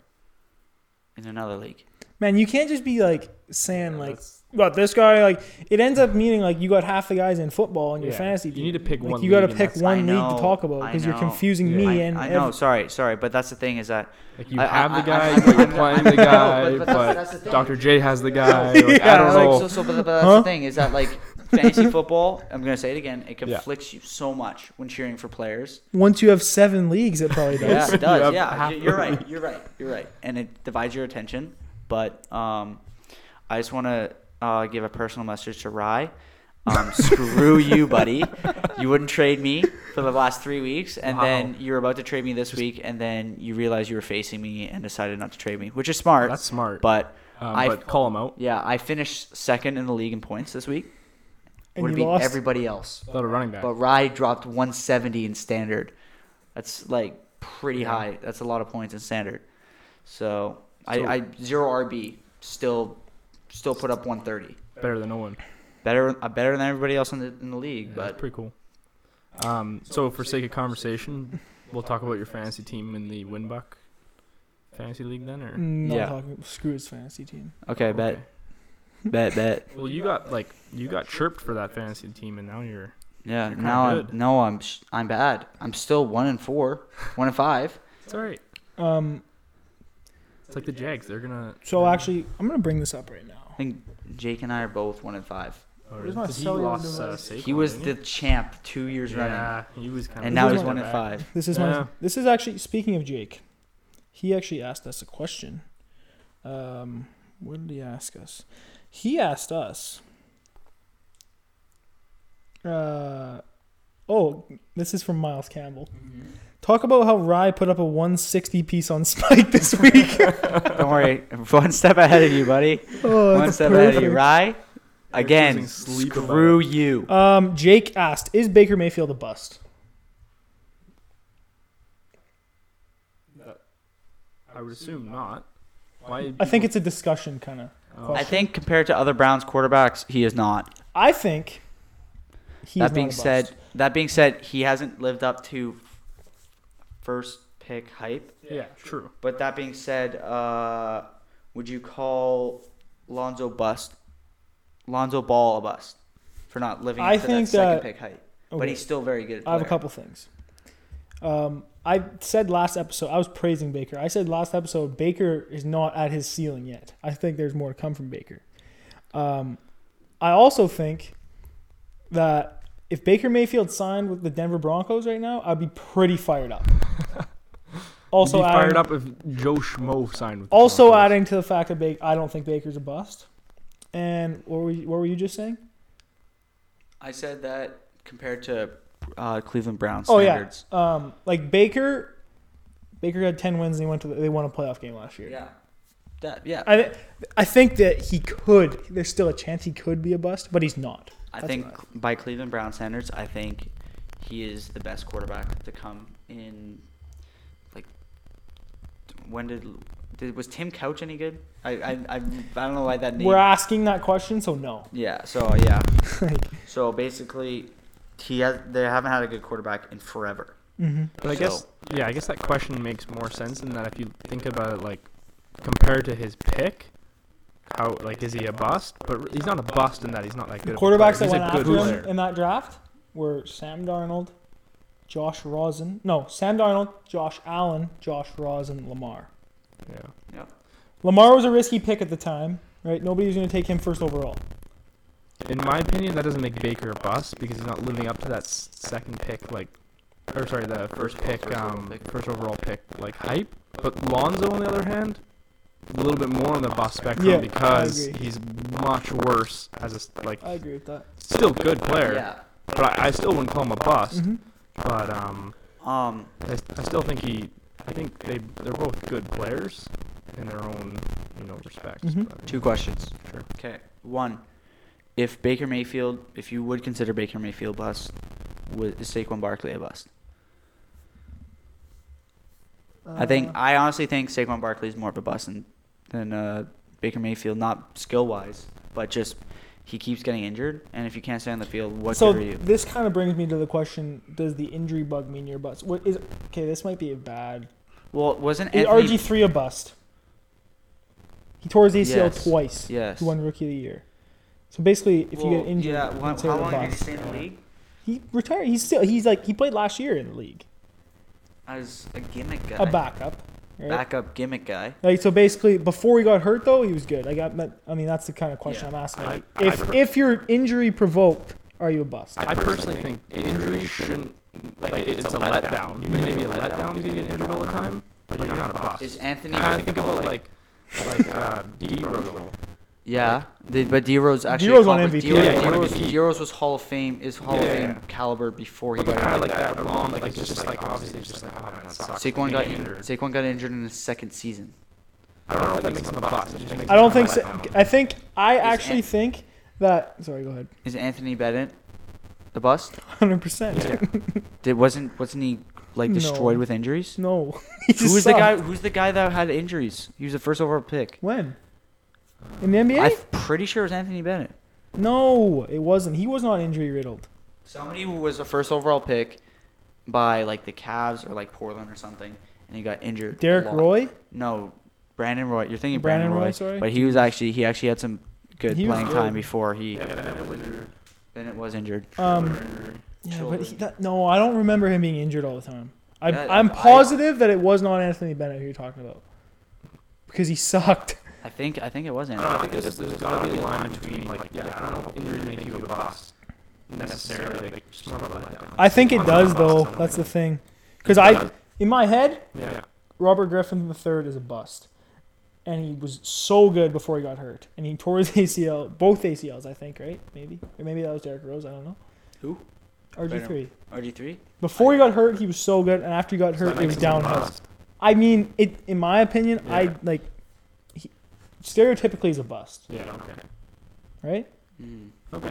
A: in another league.
B: Man, you can't just be like saying
C: Yeah,
B: like,
C: that's-
B: "Got this guy." Like, it ends up meaning like you got half the guys in football in your
C: Yeah.
B: fantasy
C: You
B: team.
C: need to pick
B: like,
C: one
B: You got to
C: league and
B: pick
C: that's-
A: I
B: one league
A: know,
B: to talk about
A: I
B: because you're
A: know.
B: confusing me
C: Yeah.
B: and
A: I
B: ev-
A: know, sorry, sorry, but that's the thing is that
C: Like you
A: I-
C: have
A: I-
C: the
A: I-
C: guy,
A: I-
C: but you're
A: I-
C: playing
A: I
C: the
A: know,
C: guy,
A: but- but
C: but,
A: that's- that's the thing.
C: Dr. J has
A: *laughs*
C: the guy. Like,
B: *laughs* Yeah,
C: I don't
A: like,
C: know.
A: so, so, but, but that's
B: Huh?
A: the thing is that like fantasy football. I'm gonna say it again. It
C: Yeah.
A: conflicts you so much when cheering for players.
B: once you have seven leagues, it
C: *laughs*
B: probably does.
A: Yeah, it
C: You
A: does.
C: have
A: Yeah,
C: half
A: you're
C: the
A: right. You're right. You're right. And it divides your attention. But um, I just want to uh, give a personal message to Rye.
C: *laughs*
A: Um, screw you, buddy. You wouldn't trade me for the last three weeks, and
C: Wow.
A: then you were about to trade me this week, and then you realized you were facing me and decided not to trade me, which is smart.
C: That's smart. But,
A: But
C: um,
A: I-
C: but call him out.
A: yeah, I finished second in the league in points this week.
B: And
A: would
B: you
A: beat
B: lost?
A: everybody else.
C: Without a running back.
A: But Rye dropped 170 in standard. That's like pretty high. That's a lot of points in standard. So,
C: So-
A: I, I zero RB still still put up 130.
C: Better than no one.
A: Better uh, better than everybody else in the in the league,
C: Yeah, that's
A: but
C: pretty cool. Um, so for sake of conversation, we'll talk about your fantasy team in the Winbuck fantasy league then, or
B: Not
A: Yeah.
B: talking. Screw his fantasy team.
A: okay, bet bet bet.
C: Well, you got like you got chirped for that fantasy team, and now you're
A: *laughs* Yeah,
C: kinda
A: now I'm
C: good.
A: no I'm sh- I'm bad. I'm still 1 and 4, 1 and 5.
C: it's all right.
B: Um.
C: It's like the Jags; they're gonna.
B: So actually, I'm gonna bring this up right now.
A: I think Jake and I are both 1 and 5.
C: or
B: Where's my
C: did he
B: cellular
C: lost uh,
B: device?
C: Saquon,
A: He was
C: didn't
A: the champ 2 years running.
C: yeah, he was kind
A: And
C: of
A: now
B: Where's
A: he's
B: my-
A: 1 and 5.
B: This is
C: Yeah.
B: my. This is actually speaking of Jake. He actually asked us a question. Um, what did he ask us? He asked us. Uh, oh, this is from Miles Campbell. Talk about how Rye put up a 160 piece on Spike *laughs* this week.
A: Don't worry. *laughs* I'm One step ahead of you, buddy.
B: oh,
A: One
B: that's
A: step ahead of you,
B: perfect.
A: Rye.
C: You're
A: Again,
C: choosing sleep above
A: screw you.
B: Um, Jake asked, "Is Baker Mayfield a bust?"
C: I would assume not. Why?
B: I think it's a discussion kind of.
C: Oh,
A: I think compared to other Browns quarterbacks, he is not.
B: I think. He's
A: that being said, that being said, he hasn't lived up to first pick hype.
C: yeah, true.
A: But that being said, uh, would you call Lonzo bust, Lonzo Ball a bust for not living up
B: I
A: to
B: think
A: that, second
B: that-
A: pick hype?
B: okay.
A: But he's still very good.
B: I have a
A: player.
B: couple things. Um, I said last episode I was praising Baker. I said last episode Baker is not at his ceiling yet. I think there's more to come from Baker. Um, I also think that if Baker Mayfield signed with the Denver Broncos right now, I'd be pretty fired
C: *laughs*
B: up. also,
C: You'd be
B: adding,
C: fired up if Joe Schmo signed with. the
B: also
C: Broncos.
B: adding to the fact that Baker, I don't think Baker's a bust. And what were you, what were you just saying?
A: I said that compared to uh, Cleveland Browns
B: Oh, yeah.
A: standards.
B: Um, like Baker, Baker had ten wins and he went to the, they won a playoff game last year.
A: yeah. That, yeah.
B: I, th- I think that he could. There's still a chance he could be a bust, but he's not.
A: I
B: That's
A: think
B: what
A: by Cleveland Brown standards, I think he is the best quarterback to come in. Like, when did, did was Tim Couch any good? I I, I, I don't know why that name.
B: We're asking that question, so no.
A: yeah. So yeah.
B: *laughs* Like,
A: So basically, he has, they haven't had a good quarterback in forever.
B: mhm.
C: But I
A: So-
C: guess yeah, I guess that question makes more sense in that if you think about it, like compared to his pick, how like is he a bust? But re- he's not a bust in that he's not like
B: The
C: good. of a
B: quarterbacks that
C: player.
B: went
C: He's a
B: after
C: good
B: him
C: player.
B: in that draft were Sam Darnold, Josh Rosen. No, Sam Darnold, Josh Allen, Josh Rosen, Lamar.
C: Yeah.
B: Lamar was a risky pick at the time, right? Nobody was going to take him first overall.
C: In my opinion, that doesn't make Baker a bust because he's not living up to that s- second pick, like, or sorry, the first pick, um, first overall pick, like hype. But Lonzo, on the other hand, a little bit more on the bust spectrum
B: Yeah, I
C: because
B: agree.
C: he's much worse as a s- like
B: I agree with that.
C: still good player,
A: Yeah.
C: but I, I still wouldn't call him a bust.
B: hmm
C: But um,
A: Um.
C: I, s- I still think he, I think they they're both good players in their own you know respects.
B: Mhm.
C: but-
A: Two questions.
C: Sure.
A: Okay. One, if Baker Mayfield, if you would consider Baker Mayfield bust, was is Saquon Barkley a bust? I think
B: Uh,
A: I honestly think Saquon Barkley is more of a bust than, than uh, Baker Mayfield, not skill wise, but just he keeps getting injured, and if you can't stay on the field, what's
B: so
A: good for you?
B: this kind of brings me to the question: Does the injury bug mean you're a bust? What is okay? This might be a bad.
A: Well, wasn't
B: Is
A: Anthony?
B: RG three a bust? He tore his ACL
A: Yes.
B: twice.
A: yes.
B: He won Rookie of the Year. So basically, if you
A: Well,
B: get injured,
A: yeah.
B: you'd
A: wha-
B: say
A: how
B: you're
A: long
B: a
A: did he
B: bust.
A: stay in the league?
B: He retired. He's still. He's like he played last year in the league.
A: As a gimmick guy,
B: A backup. Right?
A: backup gimmick guy.
B: Like so, basically, before he got hurt, though, he was good. I got. I mean, that's the kind of question
C: Yeah.
B: I'm asking.
C: I-
B: Like,
C: I
B: if
C: per-
B: if you're injury provoked, are you a bust?
C: I personally think injury shouldn't like it- it's a letdown. You may be a letdown because you get injured all the time, but you're not a boss.
A: Is Anthony?
C: And I think about like like uh, D. Rose.
A: Yeah, the, but D Rose actually.
B: D-Rose won
A: accomplished-
B: MVP.
A: D-Rose,
C: Yeah, he won
A: D-Rose-
C: MVP.
A: D-Rose was Hall of Fame. Is Hall of
C: Yeah.
A: Fame caliber before he
C: But kind
A: got
C: of
A: injured.
C: like that along. Like it's just like obviously it's just like oh man, it sucks.
A: Saquon
C: You
A: got
C: get
A: injured. Saquon got injured in his second season.
C: I don't know if that makes him a boss. It just makes
B: I don't
C: him
B: think
C: a
B: so.
C: letdown.
B: I think I
A: Ant-
B: actually think that. Sorry, go ahead. *laughs*
A: Is Anthony Bennett the bust?
B: Hundred percent.
A: Did wasn't wasn't he like
B: No.
A: destroyed with injuries?
B: No. *laughs* He
A: Who's
B: just
A: the
B: sucked.
A: guy? Who's the guy that had injuries? He was the first overall pick.
B: When? In the NBA?
A: I'm pretty sure it was Anthony Bennett.
B: no, it wasn't. He was not injury riddled.
A: Somebody who was the first overall pick by like the Cavs or like Portland or something, and he got injured. a
B: Derek
A: lot.
B: Roy.
A: No, Brandon Roy. You're thinking Brandon,
B: Brandon
A: Roy,
B: Roy, sorry.
A: but he was actually he actually had some good
B: He was
A: playing
B: good.
A: time before he
C: Yeah, and it was injured.
A: Bennett was injured.
B: Um. Yeah, but he,
A: Children.
B: that, no, I don't remember him being injured all the time. I,
A: Yeah,
B: I'm
A: I-
B: positive that it was not Anthony Bennett who you're talking about because he *laughs* sucked.
A: I think I think it was
C: I don't
A: Anthony.
C: know. I think there's there's gotta be a line between like yeah, I don't know if injury make you a boss necessarily. Like just more of a letdown.
B: I think it does though. That's the thing, because I, in my head,
C: Yeah.
B: Robert Griffin III is a bust, and he was so good before he got hurt, and he tore his *laughs* ACL, both ACLs, I think, right? Maybe, or maybe that was Derrick Rose. I don't know.
A: Who?
B: RG three.
A: RG three.
B: Before he got hurt, he was so good, and after he got hurt, it was downhill. I mean, it. In my opinion,
C: Yeah.
B: I like. He, stereotypically, is a bust,
C: Yeah. Okay.
B: right?
A: Mm.
C: Okay.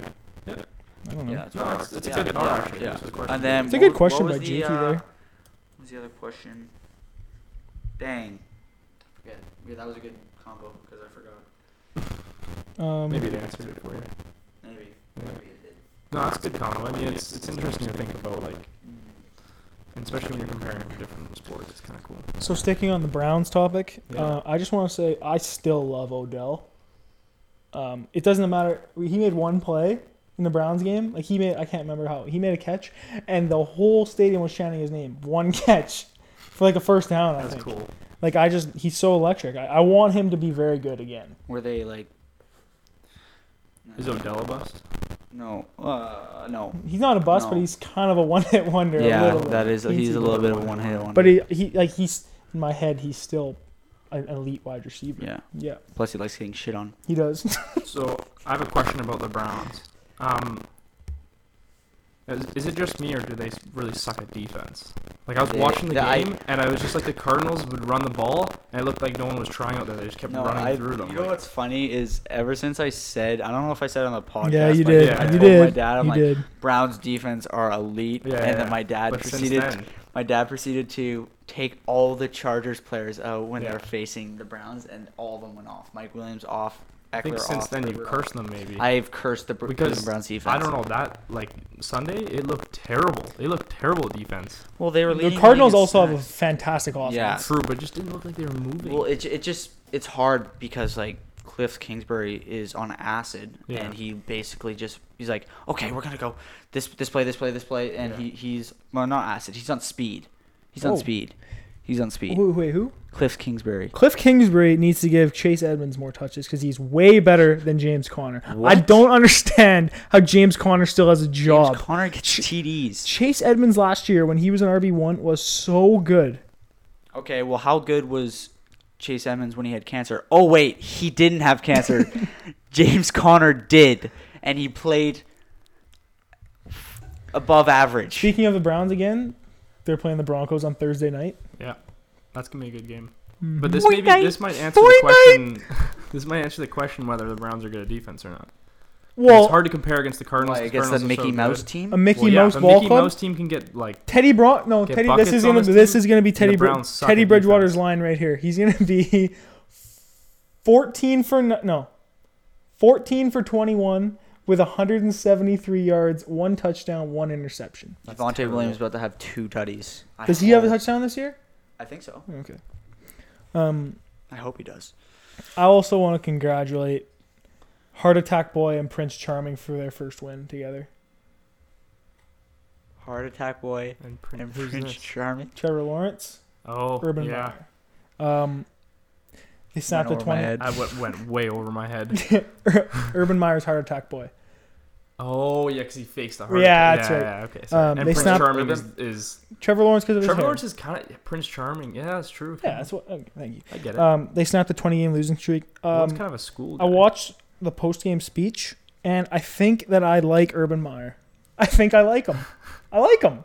B: I don't know.
A: Yeah, that's
C: No,
A: what-
C: it's, it's
A: yeah.
C: a good art actually.
A: Yeah.
C: It's a question.
A: And then
B: It's a
A: what
B: good
A: was-
B: question
A: what
B: by
A: was
B: Jakey
A: the, uh,
B: there.
A: What was the other question? Dang, I forget. Yeah, that was a good combo because I forgot.
B: Um,
C: maybe they answered it for you.
A: Maybe. Maybe it did.
C: No, it's a good combo. I mean, it's it's interesting to think about, like,
A: Mm-hmm.
C: and especially when you're comparing different sports. It's kind of cool.
B: So sticking on the Browns topic,
C: Yeah.
B: uh, I just want to say I still love Odell. Um, it doesn't matter. He made one play in the Browns game. Like he made, I can't remember how he made a catch, and the whole stadium was chanting his name. One *laughs* catch for like a first down. I
C: That's
B: think.
C: cool.
B: Like I just, he's so electric. I, I want him to be very good again.
A: Were they like?
C: Is Odell a bust?
A: No. Uh, no.
B: He's not a bust,
A: No.
B: but he's kind of a one-hit wonder. a
A: Yeah,
B: little bit.
A: that is. He's a little bit of a one hit one.
B: But he, he, like he's in my head. He's still an elite wide receiver.
A: Yeah.
B: yeah
A: Plus, he likes getting shit on.
B: he *laughs* does.
C: So I have a question about the Browns. Um, is, is it just me or do they really suck at defense? Like I was
A: They-
C: watching the
A: the- I-
C: game and I was just like the Cardinals would run the ball and it looked like no one was trying out there. They just kept running
A: I,
C: through them.
A: You know
C: like,
A: what's funny is ever since I said I don't know if I said it on the podcast.
B: Yeah, you
A: but
B: did.
A: I
C: Yeah.
B: You
A: told
B: did.
A: my dad I'm
B: you
A: like
B: did.
A: Browns defense are elite,
C: Yeah,
A: and then
C: yeah.
A: my dad
C: But since
A: proceeded.
C: then,
A: my dad proceeded to take all the Chargers players out when they
C: Yeah.
A: were facing the Browns, and all of them went off. Mike Williams off. Eckler
C: I think since
A: off.
C: then you've
A: Herbert off.
C: cursed them maybe.
A: I've cursed the Br-
C: Because
A: Cleveland Browns defense.
C: I don't know that like Sunday it looked terrible. They looked terrible defense.
A: Well, they were leading
B: The Cardinals
A: league in
B: also have a
A: sacks.
B: fantastic offense.
A: Yeah.
C: True, but it just didn't look like they were moving.
A: Well, it it just it's hard because like Cliff Kingsbury is on acid
C: Yeah.
A: and he basically just he's like, okay, we're gonna go this this play, this play, this play, and
C: Yeah.
A: he he's well not acid, he's on speed, he's on
B: Oh.
A: speed, he's on speed.
B: Who, wait, who?
A: Cliff Kingsbury.
B: Cliff Kingsbury needs to give Chase Edmonds more touches because he's way better than James Conner. I
A: What?
B: don't understand how James Conner still has a job.
A: James Connor gets TDs.
B: Chase Edmonds last year when he was an RB one was so good.
A: Okay, well, how good was Chase Edmonds when he had cancer? Oh wait, he didn't have *laughs* cancer. James Connor did, and he played above average.
B: Speaking of the Browns again, they're playing the Broncos on Thursday night.
C: yeah, that's gonna be a good game.
B: Mm-hmm.
C: But this
A: Boy
C: maybe
A: night.
C: this might answer
A: Boy
C: *laughs* the question. this might answer the question whether the Browns are good at defense or not.
B: Well,
C: it's hard to compare against the Cardinals.
A: Why,
C: 'cause
A: against the
C: Cardinals are
A: Mickey
C: so
A: Mouse
C: good.
A: team.
B: a Mickey
C: Well, yeah,
B: Mouse
C: if a
B: ball
C: Mickey
B: club.
C: Mouse team can get like
B: Teddy Bron. No,
C: Get
B: Teddy. This
C: buckets
B: is
C: on
B: gonna.
C: this
B: This
C: team,
B: is gonna be Teddy.
C: the
B: Br-
C: Browns suck
B: Teddy
C: at
B: Bridgewater's
C: defense.
B: line right here. He's gonna be fourteen for n- no, fourteen for twenty-one with 173 yards, one touchdown, one interception.
C: That's
A: Devontae
C: terrible.
A: Williams about to have two tutties. I
B: Does he have a
A: hope-
B: touchdown this year?
A: I think so.
B: Okay. Um,
A: I hope he does.
B: I also want to congratulate Heart Attack Boy and Prince Charming for their first win together.
A: Heart attack boy
C: and, Prin-
A: and
C: who's
A: Prince
C: this?
A: Charming.
B: Trevor Lawrence,
C: Oh,
B: Urban
C: yeah.
B: Meyer. Um, they snapped a
A: Went over my
B: 20.
A: head.
C: I w- went way over my head.
B: Urban Meyer's Heart Attack Boy.
C: Oh yeah, because he faced the heart.
B: Yeah,
C: attack.
B: that's
C: yeah,
B: right.
C: Yeah, okay. sorry.
B: Um,
C: and
B: they
C: Prince
B: snapped-
C: Charming is, is
B: Trevor Lawrence because of his
C: Trevor
B: hair.
C: Lawrence is kind of Prince Charming. Yeah, that's true.
B: Yeah, that's what. Okay, thank you.
C: I get it.
B: Um, they snapped a 20 game losing streak.
C: One's
B: Um,
C: kind of a school.
B: I
C: guy.
B: watched the post game speech, and I think that I like Urban Meyer. *laughs* I think I like him. I like him.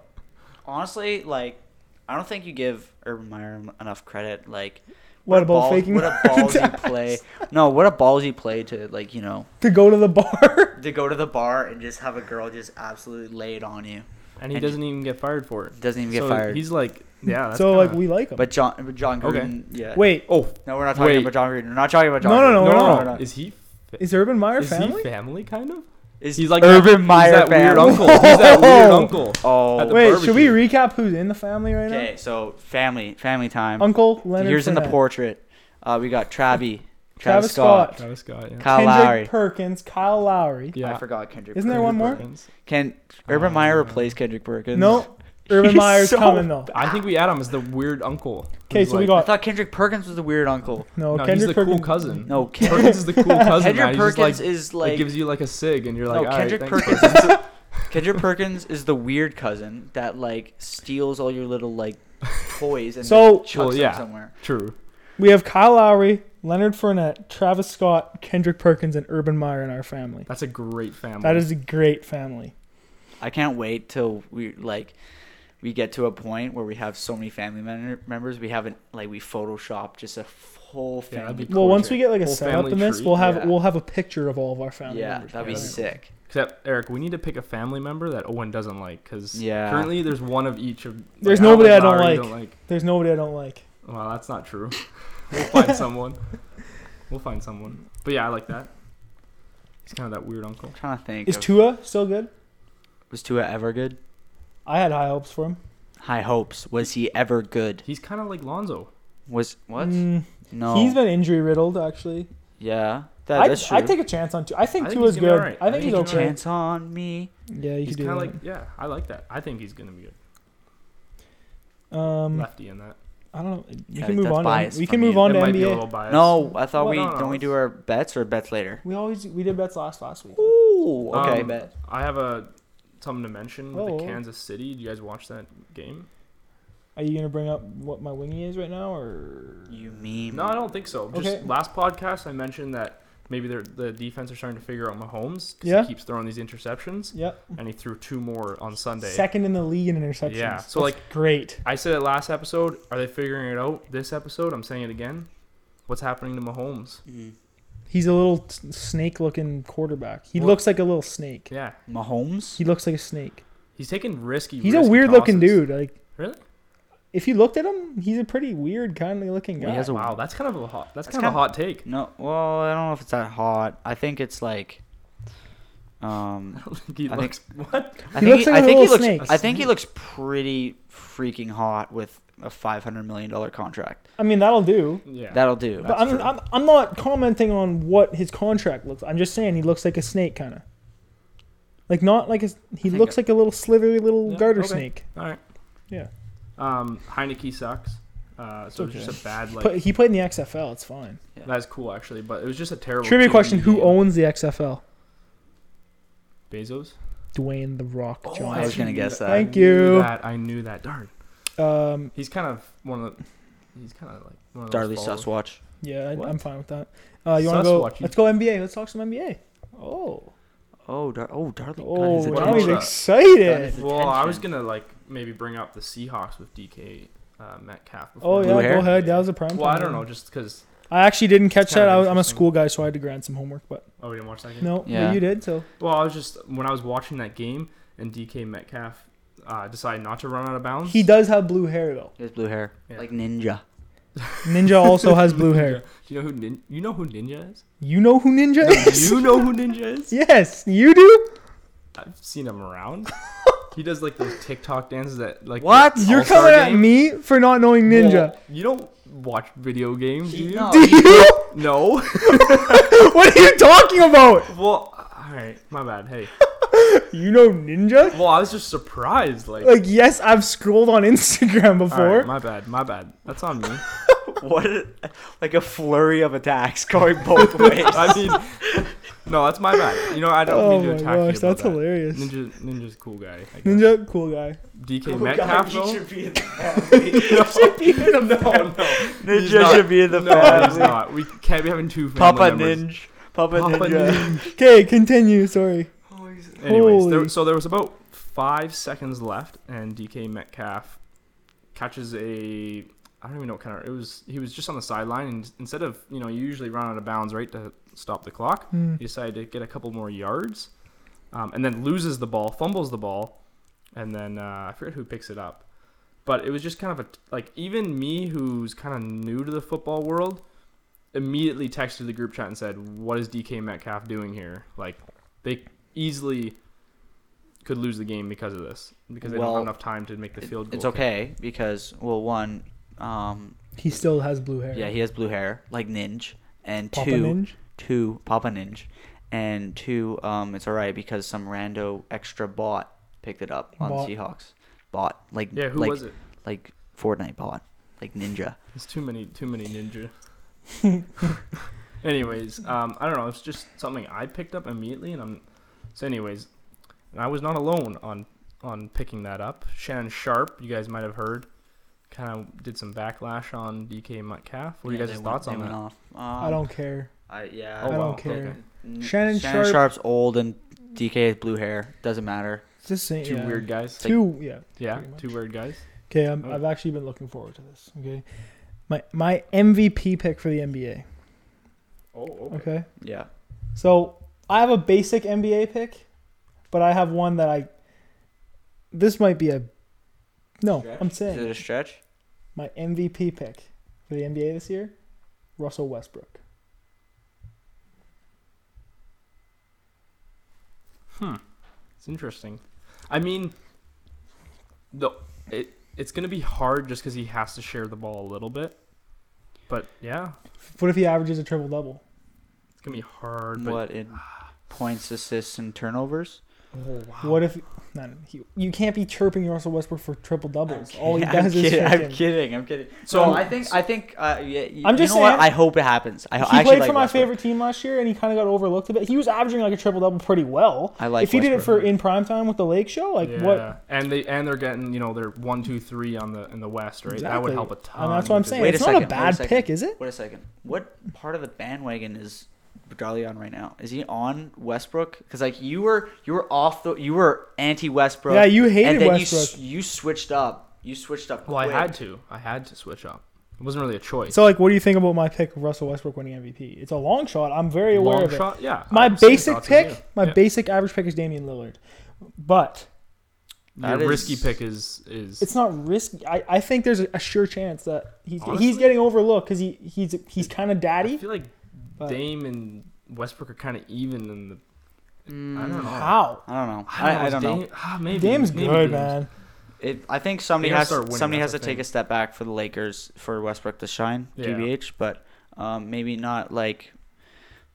A: Honestly, like, I don't think you give Urban Meyer en- enough credit. Like,
B: What about
A: balls-
B: faking
C: *laughs*
A: What a ballsy play! No, what a ballsy play to like you know
B: *laughs* to go to
A: *laughs*
B: the bar?
A: to go to the bar and just have a girl just absolutely lay it on you.
C: and he
A: and-
C: doesn't even get fired for it.
A: Doesn't even get
C: so
A: fired.
C: He's like, yeah.
B: *laughs*
C: That's
B: so
C: kinda,
B: like we like him.
A: But John, but John
C: Okay.
A: Gruden, yeah.
B: Wait,
C: Oh
A: no, we're not talking
C: wait.
A: about John Gruden. We're not talking about John.
B: No,
A: Gruden.
B: no,
C: no,
B: we're
C: no,
B: not.
C: no, Is he?
B: is Urban Meyer
C: Is
B: family?
C: he family kind of?
A: Is
C: He's like that,
A: Urban Meyer
C: He's that weird
A: family.
C: uncle.
B: *laughs*
C: He's that weird
B: Whoa.
C: uncle.
A: Oh,
C: At the
B: Wait,
C: barbecue.
B: should we recap who's in the family right
A: okay. So family, family time.
B: now? Uncle Leonard.
A: Here's in the
B: Fournette,
A: portrait. Uh, we got Travi, Travis,
B: Travis
A: Scott,
B: Scott.
C: Travis Scott. Yeah.
A: Kyle
B: Kendrick
A: Lowry.
B: Perkins. Kyle Lowry.
A: I
C: yeah.
A: forgot Kendrick.
B: Isn't there
A: Perkins.
B: one more?
C: Perkins.
A: Can Urban
C: Oh,
A: Meyer
C: no.
A: replace Kendrick Perkins?
B: No, Urban
A: He's
B: Meyer's
A: so
B: coming though.
C: I think we add him as the weird uncle.
B: Okay,
C: He's
B: so we
C: like-
A: I
B: got
A: thought Kendrick Perkins was the weird uncle.
B: no,
C: No,
B: Kendrick
C: he's the
B: Perkins.
C: cool cousin.
A: No, Ken-
C: Perkins is the cool
A: Kendrick
C: cousin. now. He's just,
A: Perkins
C: like,
A: is
C: like,
A: like
B: *laughs*
C: gives you like a sig, and you're like,
A: no,
C: all right,
A: Kendrick
C: thanks,
A: Perkins.
C: bud."
A: Is *laughs* the, Kendrick Perkins is the weird cousin that like steals all your little like toys and
B: *laughs* So-
A: so chucks
C: Well, yeah.
A: them somewhere.
C: True.
B: We have Kyle Lowry, Leonard Fournette, Travis Scott, Kendrick Perkins, and Urban Meyer in our family.
C: That's a great family.
B: That is a great family.
A: I can't wait till we like we get to a point where we have so many family men- members we haven't like we Photoshop just a whole
C: Yeah, that'd
A: family.
C: be
B: Well, once we
C: Culture.
B: get like a
C: Whole
B: setup
C: family
B: in this,
C: tree,
B: we'll have
A: yeah.
B: we'll have a picture of all of our family.
A: yeah,
B: members
A: that'd be
B: together.
A: sick.
C: Except Eric, we need to pick a family member that Owen doesn't like because
A: Yeah.
C: currently there's one of each of. like,
B: There's nobody
C: Alan
B: I don't
C: Lowry you
B: like. There's nobody I don't like.
C: Well, that's not true. We'll find someone. We'll find someone. But yeah, I like that. He's kind of that weird uncle.
A: I'm trying to think.
B: Is
A: of-
B: Tua still good?
A: was Tua ever good?
B: I had high hopes for him.
A: High hopes. Was he ever good?
C: He's kind of like Lonzo.
A: Was what?
B: Mm,
A: No.
B: He's been injury riddled actually.
A: yeah.
B: I,
A: That, that's true.
B: I take a chance on two. I think
C: I
B: two
C: think
B: is
C: he's gonna
B: good.
C: be alright.
B: I think
C: I
B: he's
C: think
A: Take a
C: he's
B: okay.
A: chance on me.
B: Yeah, you
C: He's
B: could do
C: kind
B: that.
C: of like yeah, I like that. I think he's gonna be good.
B: um,
C: Lefty in that.
B: I don't know. We
A: Yeah,
B: can move
A: that's
B: on. To,
A: biased
B: we
A: from
B: can move
A: you.
B: on
C: it
B: to
C: might be a
B: NBA.
C: little biased.
A: No, I thought
B: Well,
A: we
C: no, no,
A: don't we
C: it's-
A: do our bets or bets later.
B: We always we did bets last last week.
A: Ooh, okay,
C: Um,
A: bet.
C: I have a something to mention with
B: Oh.
C: the Kansas City. Do you guys watch that game?
B: Are you gonna bring up what my wingy is right now, or
A: You mean?
C: No, I don't think so. Just
B: Okay.
C: last podcast, I mentioned that maybe they're, the defense are starting to figure out Mahomes because
B: Yeah.
C: he keeps throwing these interceptions,
B: Yep.
C: and he threw two more on Sunday.
B: Second in the league in interceptions.
C: Yeah, so,
B: That's great.
C: I said it last episode. Are they figuring it out? This episode, I'm saying it again. What's happening to Mahomes?
A: Mm.
B: He's a little t- snake-looking quarterback. He
C: Well-
B: looks like a little snake.
C: Yeah,
A: Mahomes.
B: He looks like a snake.
C: he's taking risky.
B: He's a
C: risky
B: weird-looking
C: tosses.
B: dude. Like
C: Really?
B: if you looked at him, he's a pretty weird, kindly looking
A: He
B: guy.
A: has a-
C: Wow, that's kind of a hot. That's,
A: That's
C: kind of a
A: kinda-
C: hot take. *laughs*
A: No, well, I don't know if it's that hot. I think it's like, um,
C: he
A: I
C: looks *laughs* what?
A: I
B: He
A: think he, I
B: looks like a
A: think he
B: little
A: looks.
B: snake.
A: I think he looks pretty freaking hot with a five hundred million dollar contract.
B: I mean, that'll do.
C: Yeah.
A: That'll do.
B: But I'm, I'm I'm not commenting on what his contract looks. I'm just saying he looks like a snake, kind of. Like not like a, he
A: think
B: looks like a little slithery little
C: Yeah,
B: garter
C: okay.
B: snake.
C: All right.
B: Yeah.
C: Um, Heineke sucks. Uh, so it's
B: okay.
C: just a bad like.
B: But he played in the XFL. It's fine.
C: That's cool actually, but it was just a terrible.
B: Trivia
C: QB
B: question: Who
C: game.
B: owns the XFL?
C: Bezos?
B: Dwayne the Rock
C: Oh,
A: I was
B: Johnson.
A: gonna
C: knew
A: guess
C: that.
A: that.
C: I
B: Thank
C: knew
B: you.
C: That I knew that. Darn.
B: um,
C: He's kind of one of the. He's kind of like one of those.
A: Darley
C: followers.
A: Susswatch.
B: yeah, I,
C: What?
B: I'm fine with that. Uh, you want to go?
C: Suswatch, you-
B: Let's go NBA. Let's talk some NBA. Oh,
A: Oh, Dar- oh, Darley. God,
B: oh,
A: he's a
C: what
A: Darley.
B: Johnny's
C: about-
B: excited.
A: His
C: Well, I was
A: attention.
C: gonna like maybe bring up the Seahawks with DK uh, Metcalf.
B: Oh yeah,
A: Blue hair?
B: go ahead. That was a prime.
C: Well, I
B: time.
C: don't know, just because
B: I actually didn't catch
C: kinda
B: that. I was, I'm a
C: interesting.
B: school guy, so I had to grind some homework. But
C: Oh, we didn't watch that game.
B: no,
A: Yeah.
B: but you did. So
C: Well, I was just when I was watching that game and DK Metcalf uh, decided not to run out of bounds.
B: he does have blue hair though.
A: He has blue hair,
C: Yeah.
A: like ninja. *laughs*
B: Ninja also has
C: *laughs*
B: blue hair.
C: Do you know who nin- you know who Ninja is? *laughs*
B: You know who Ninja is?
C: you know who
B: *laughs*
C: Ninja is?
B: Yes, you do.
C: I've seen him around. he does like those TikTok dances that like
A: What?
C: the
B: You're
C: All-Star
B: coming at
C: game.
B: me for not knowing Ninja.
C: Well, you don't watch video games,
B: *laughs*
C: do you?
A: No,
B: do
A: he-
B: you?
A: *laughs*
C: No.
B: what are you talking about?
C: well, all right, my bad. Hey.
B: You know Ninja?
C: Well, I was just surprised. Like,
B: Like yes, I've scrolled on Instagram
C: all right,
B: before.
C: my bad, my bad. That's on me.
A: what? a- like a flurry of attacks going both ways.
C: I mean, no, that's my bad. You know, I don't
B: oh
C: mean to
B: my
C: attack you.
B: gosh,
C: about
B: that's
C: that.
B: hilarious. Ninja,
C: Ninja, Ninja's a cool guy. I guess.
B: cool guy.
C: DK
A: Oh God,
C: Metcalf.
A: he
C: though?
A: should be in the
C: *laughs*
A: family.
C: No.
A: should be in the family.
C: no.
A: Ninja
C: He's not.
A: should be in the
C: No, he's
A: family.
C: not. We can't be having two family
A: Papa
C: members.
A: Ninja. Papa,
C: Papa
A: Ninja.
B: Okay, continue. Sorry.
C: Anyways,
B: Holy-
C: there, so there was about five seconds left, and DK Metcalf catches a. I don't even know what kind of it was. He was just on the sideline, and instead of you know you usually run out of bounds right to stop the clock,
B: Hmm.
C: he decided to get a couple more yards, um, and then loses the ball, fumbles the ball, and then uh, I forget who picks it up. But it was just kind of a like even me who's kind of new to the football world immediately texted the group chat and said, "What is DK Metcalf doing here?" Like they easily could lose the game because of this because they don't
A: Well,
C: have enough time to make the field goal.
A: It's okay because well, one, um,
B: He still has blue hair.
A: yeah, he has blue hair like Ninja, and
B: Papa
A: two,
B: Ninja.
A: two Papa Ninja, and two, um, it's alright because some rando extra bot picked it up on
B: Bot.
A: the Seahawks. Bot like
C: Yeah, who
A: like
C: was it?
A: like Fortnite bot, like Ninja.
C: It's too many, too many
B: *laughs*
C: ninja. anyways, um, I don't know. It's just something I picked up immediately, and I'm. So, anyways, and I was not alone on on picking that up. Shannon Sharp, you guys might have heard, kind of did some backlash on DK Metcalf. What are you
A: Yeah,
C: guys'
A: they
C: thoughts
A: went,
C: on
A: they
C: that?
A: Went off. Um,
B: I don't care.
A: I, yeah.
C: Oh,
B: I don't
C: wow.
B: care.
C: Okay.
A: N-
B: Shannon Sharp-
A: Sharp's old and DK has blue hair. Doesn't matter.
B: Just saying.
C: Two
B: yeah.
C: weird guys.
B: Two. Yeah.
C: Yeah,
B: pretty
C: two
B: much.
C: weird guys.
B: Okay. I'm,
C: Oh.
B: I've actually been looking forward to this. Okay. My my MVP pick for the NBA.
C: Oh,
B: Okay.
A: Yeah.
B: So I have a basic NBA pick, but I have one that I. This might be a. No, I'm
A: Is
B: saying
A: it a stretch?
B: my MVP pick for the NBA this year, Russell Westbrook.
C: Hmm. It's interesting. I mean, the it it's gonna be hard just because he has to share the ball a little bit. But yeah,
B: What if he averages a triple double?
C: it's gonna be hard. But
A: What in points, assists, and turnovers?
C: oh, wow.
B: What if? No, no, he, you can't be chirping Russell Westbrook for triple doubles. All he
A: *laughs* I'm
B: does is
A: kidding, I'm
B: freaking-
A: kidding. I'm kidding.
C: So-
A: So I think I think uh, yeah, y- you,
B: I'm just
A: know what?
B: saying-
A: I hope it happens. I, ho-
B: he
A: I actually
B: played
A: like
B: for my
A: Westbrook.
B: favorite team last year, and he kind of got overlooked a bit. He was averaging like a triple double pretty well.
A: I like
B: if he did it
A: Westbrook.
B: for in prime time with the Lake Show, like
C: yeah.
B: what?
C: And they and they're getting you know they're one two three on the in the West right. That would
B: Exactly.
C: help a
B: I
C: ton.
B: mean, that's what I'm
C: which is-
B: saying.
A: Wait a
B: it's not
A: second, wait
B: a
A: a
B: bad
A: second.
B: pick, is it?
A: Wait a second. What part of the bandwagon is Darley on right now? Is he on Westbrook? Because like you were you were off the you were anti Westbrook.
B: Yeah, you
A: and
B: hated
A: then You, s-
B: Westbrook.
A: you switched up. You switched up.
C: Well, I
A: quick.
C: had to. I had to switch up. It wasn't really a choice.
B: So, like, what do you think about my pick of Russell Westbrook winning MVP? It's a long shot. I'm very aware
C: Long
B: of it.
C: shot. Yeah.
B: My
C: same
B: basic
C: thoughts as
B: pick,
C: you.
B: my
C: Yeah.
B: basic average pick is Damian Lillard, but
C: Your
A: That
C: risky
A: is-
C: pick is is.
B: it's not risky. I, I think there's a, a sure chance that he's
C: Honestly?
B: he's getting overlooked because he he's he's kind of
C: I
B: daddy.
C: feel like
B: but-
C: Dame and Westbrook are kind of even in the. I don't know.
B: How?
A: Mm, I don't know. I, I don't know.
C: Ah, maybe.
B: Dame's
C: maybe
B: good,
C: Dame's-
B: man.
A: It, I think somebody
C: gotta
A: has
C: start winning,
A: somebody has
C: that's
A: to
C: the
A: take
C: thing.
A: a step back for the Lakers for Westbrook to shine,
C: Yeah.
A: GBH, but um, maybe not like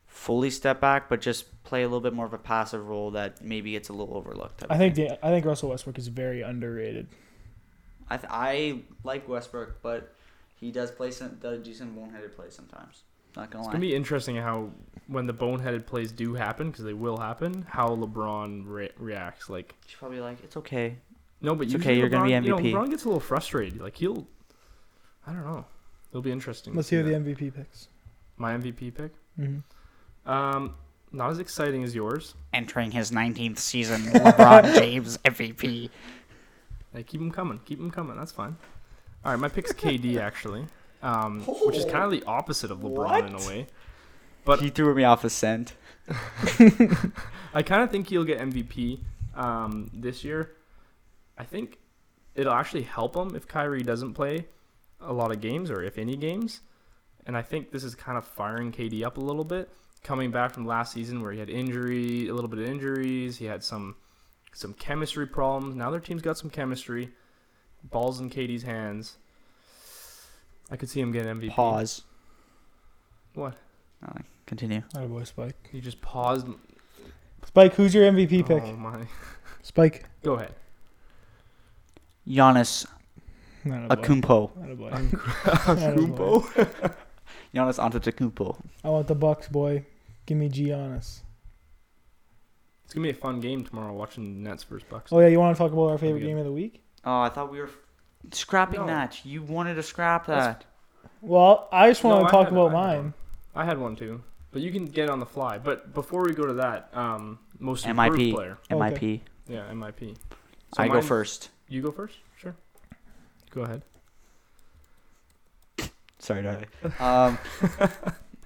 A: fully step back, but just play a little bit more of a passive role that maybe it's a little overlooked. type
B: I
A: of
B: think
A: thing.
B: Da- I think Russell Westbrook is very underrated.
A: I, th- I like Westbrook, but he does play some does do some boneheaded plays sometimes. Not gonna
C: It's
A: lie.
C: gonna be interesting how when the boneheaded plays do happen because they will happen, how LeBron re- reacts. Like
A: She's probably like, it's okay.
C: no, but
A: It's
C: usually
A: okay, you're gonna be
C: LeBron- you know,
A: MVP.
C: LeBron gets a little frustrated. Like he'll, I don't know. It'll be interesting. to
B: Let's
C: see
B: hear the
C: that.
B: MVP picks.
C: my MVP pick.
B: Mm-hmm.
C: Um, not as exciting as yours.
A: Entering his 19th season, *laughs* LeBron James MVP.
B: *laughs*
C: Hey, keep him coming. Keep him coming. That's fine. All right, my pick's KD actually. um, which is kind of the opposite of LeBron in
B: Oh. What?
C: a way.
A: But
C: But-
A: he threw me off a scent.
C: I kind of think he'll get MVP um, this year. I think it'll actually help him if Kyrie doesn't play a lot of games or if any games. And I think this is kind of firing KD up a little bit, coming back from last season where he had injury, a little bit of injuries. He had some some chemistry problems. Now their team's got some chemistry. Balls in KD's hands. I could see him get MVP.
A: Pause.
C: What?
A: Uh, continue.
B: Not a boy, Spike.
C: You just paused.
B: Spike, who's your MVP pick?
C: Oh my.
B: Spike.
C: Go ahead.
A: Giannis
B: Not a boy.
A: Akumpo.
B: Not a *laughs* boy.
C: Kumpo.
A: Giannis Antetokounmpo.
B: I want the Bucks, boy. Give me Giannis.
C: It's gonna be a fun game tomorrow watching Nets versus Bucks.
B: Oh yeah, you want to talk about our favorite
C: good.
B: game of the week?
A: Oh, I thought we were scrapping
C: No.
A: that. You wanted to scrap that.
C: That's-
B: Well, I just want
C: No,
B: to
C: I
B: talk
C: had-
B: about
C: I had
B: mine.
C: one. I had one too, but you can get it on the fly. But before we go to that, um, most improved
A: MIP.
C: player,
B: Okay.
A: MIP.
C: yeah, MIP. So
A: I go
C: mine-
A: first.
C: You go first, sure. Go ahead.
A: Sorry, darling.
C: *laughs*
A: Um,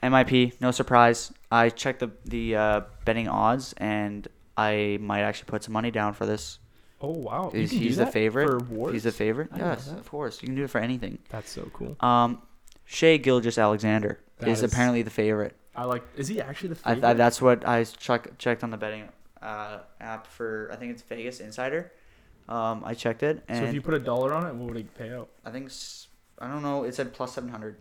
A: MIP, no surprise. I checked the the uh, betting odds, and I might actually put some money down for this.
C: Oh wow, You
A: He's,
C: can do
A: he's the
C: that
A: favorite.
C: for awards?
A: He's the favorite.
C: I didn't know
A: yes,
C: that.
A: of course. You can do it for anything.
C: That's so cool.
A: Um, Shea Gilgis Alexander
C: That
A: is,
C: is-
A: apparently the favorite.
C: I like. Is he actually the
A: I,
C: favorite?
A: I, that's what I check, checked on the betting uh, app for. I think it's Vegas Insider. Um, I checked it,
C: so
A: and
C: if you put a dollar on it, what would it pay out?
A: I think s- I don't know. It said plus seven hundred,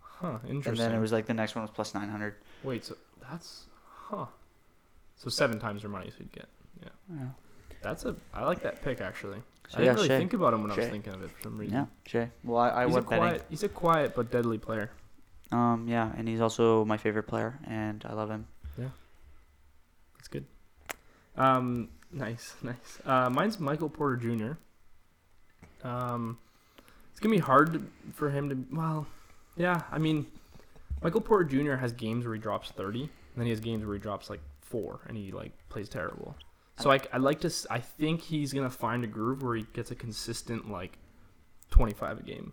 C: Huh.
A: and
C: Interesting.
A: then it was like the next one was plus nine hundred.
C: Wait, so that's huh. So seven times your money, so you'd get. That's a. I like that pick actually.
A: So
C: I didn't
A: yeah,
C: really
A: Shea.
C: think about him when I
A: Shea.
C: was thinking of it for some reason.
A: Yeah, Jay. Well, I, I
C: he's
A: was
C: a
A: betting.
C: quiet, he's a quiet but deadly player.
A: Um, yeah, and he's also my favorite player, and I love him.
C: That's good. Um, nice, nice. Uh, mine's Michael Porter Jr. Um, it's gonna be hard to, for him to. Well, yeah. I mean, Michael Porter Jr. has games where he drops thirty, and then he has games where he drops like four, and he like plays terrible. So I, I like to. s- I think he's gonna find a groove where he gets a consistent like twenty five a game,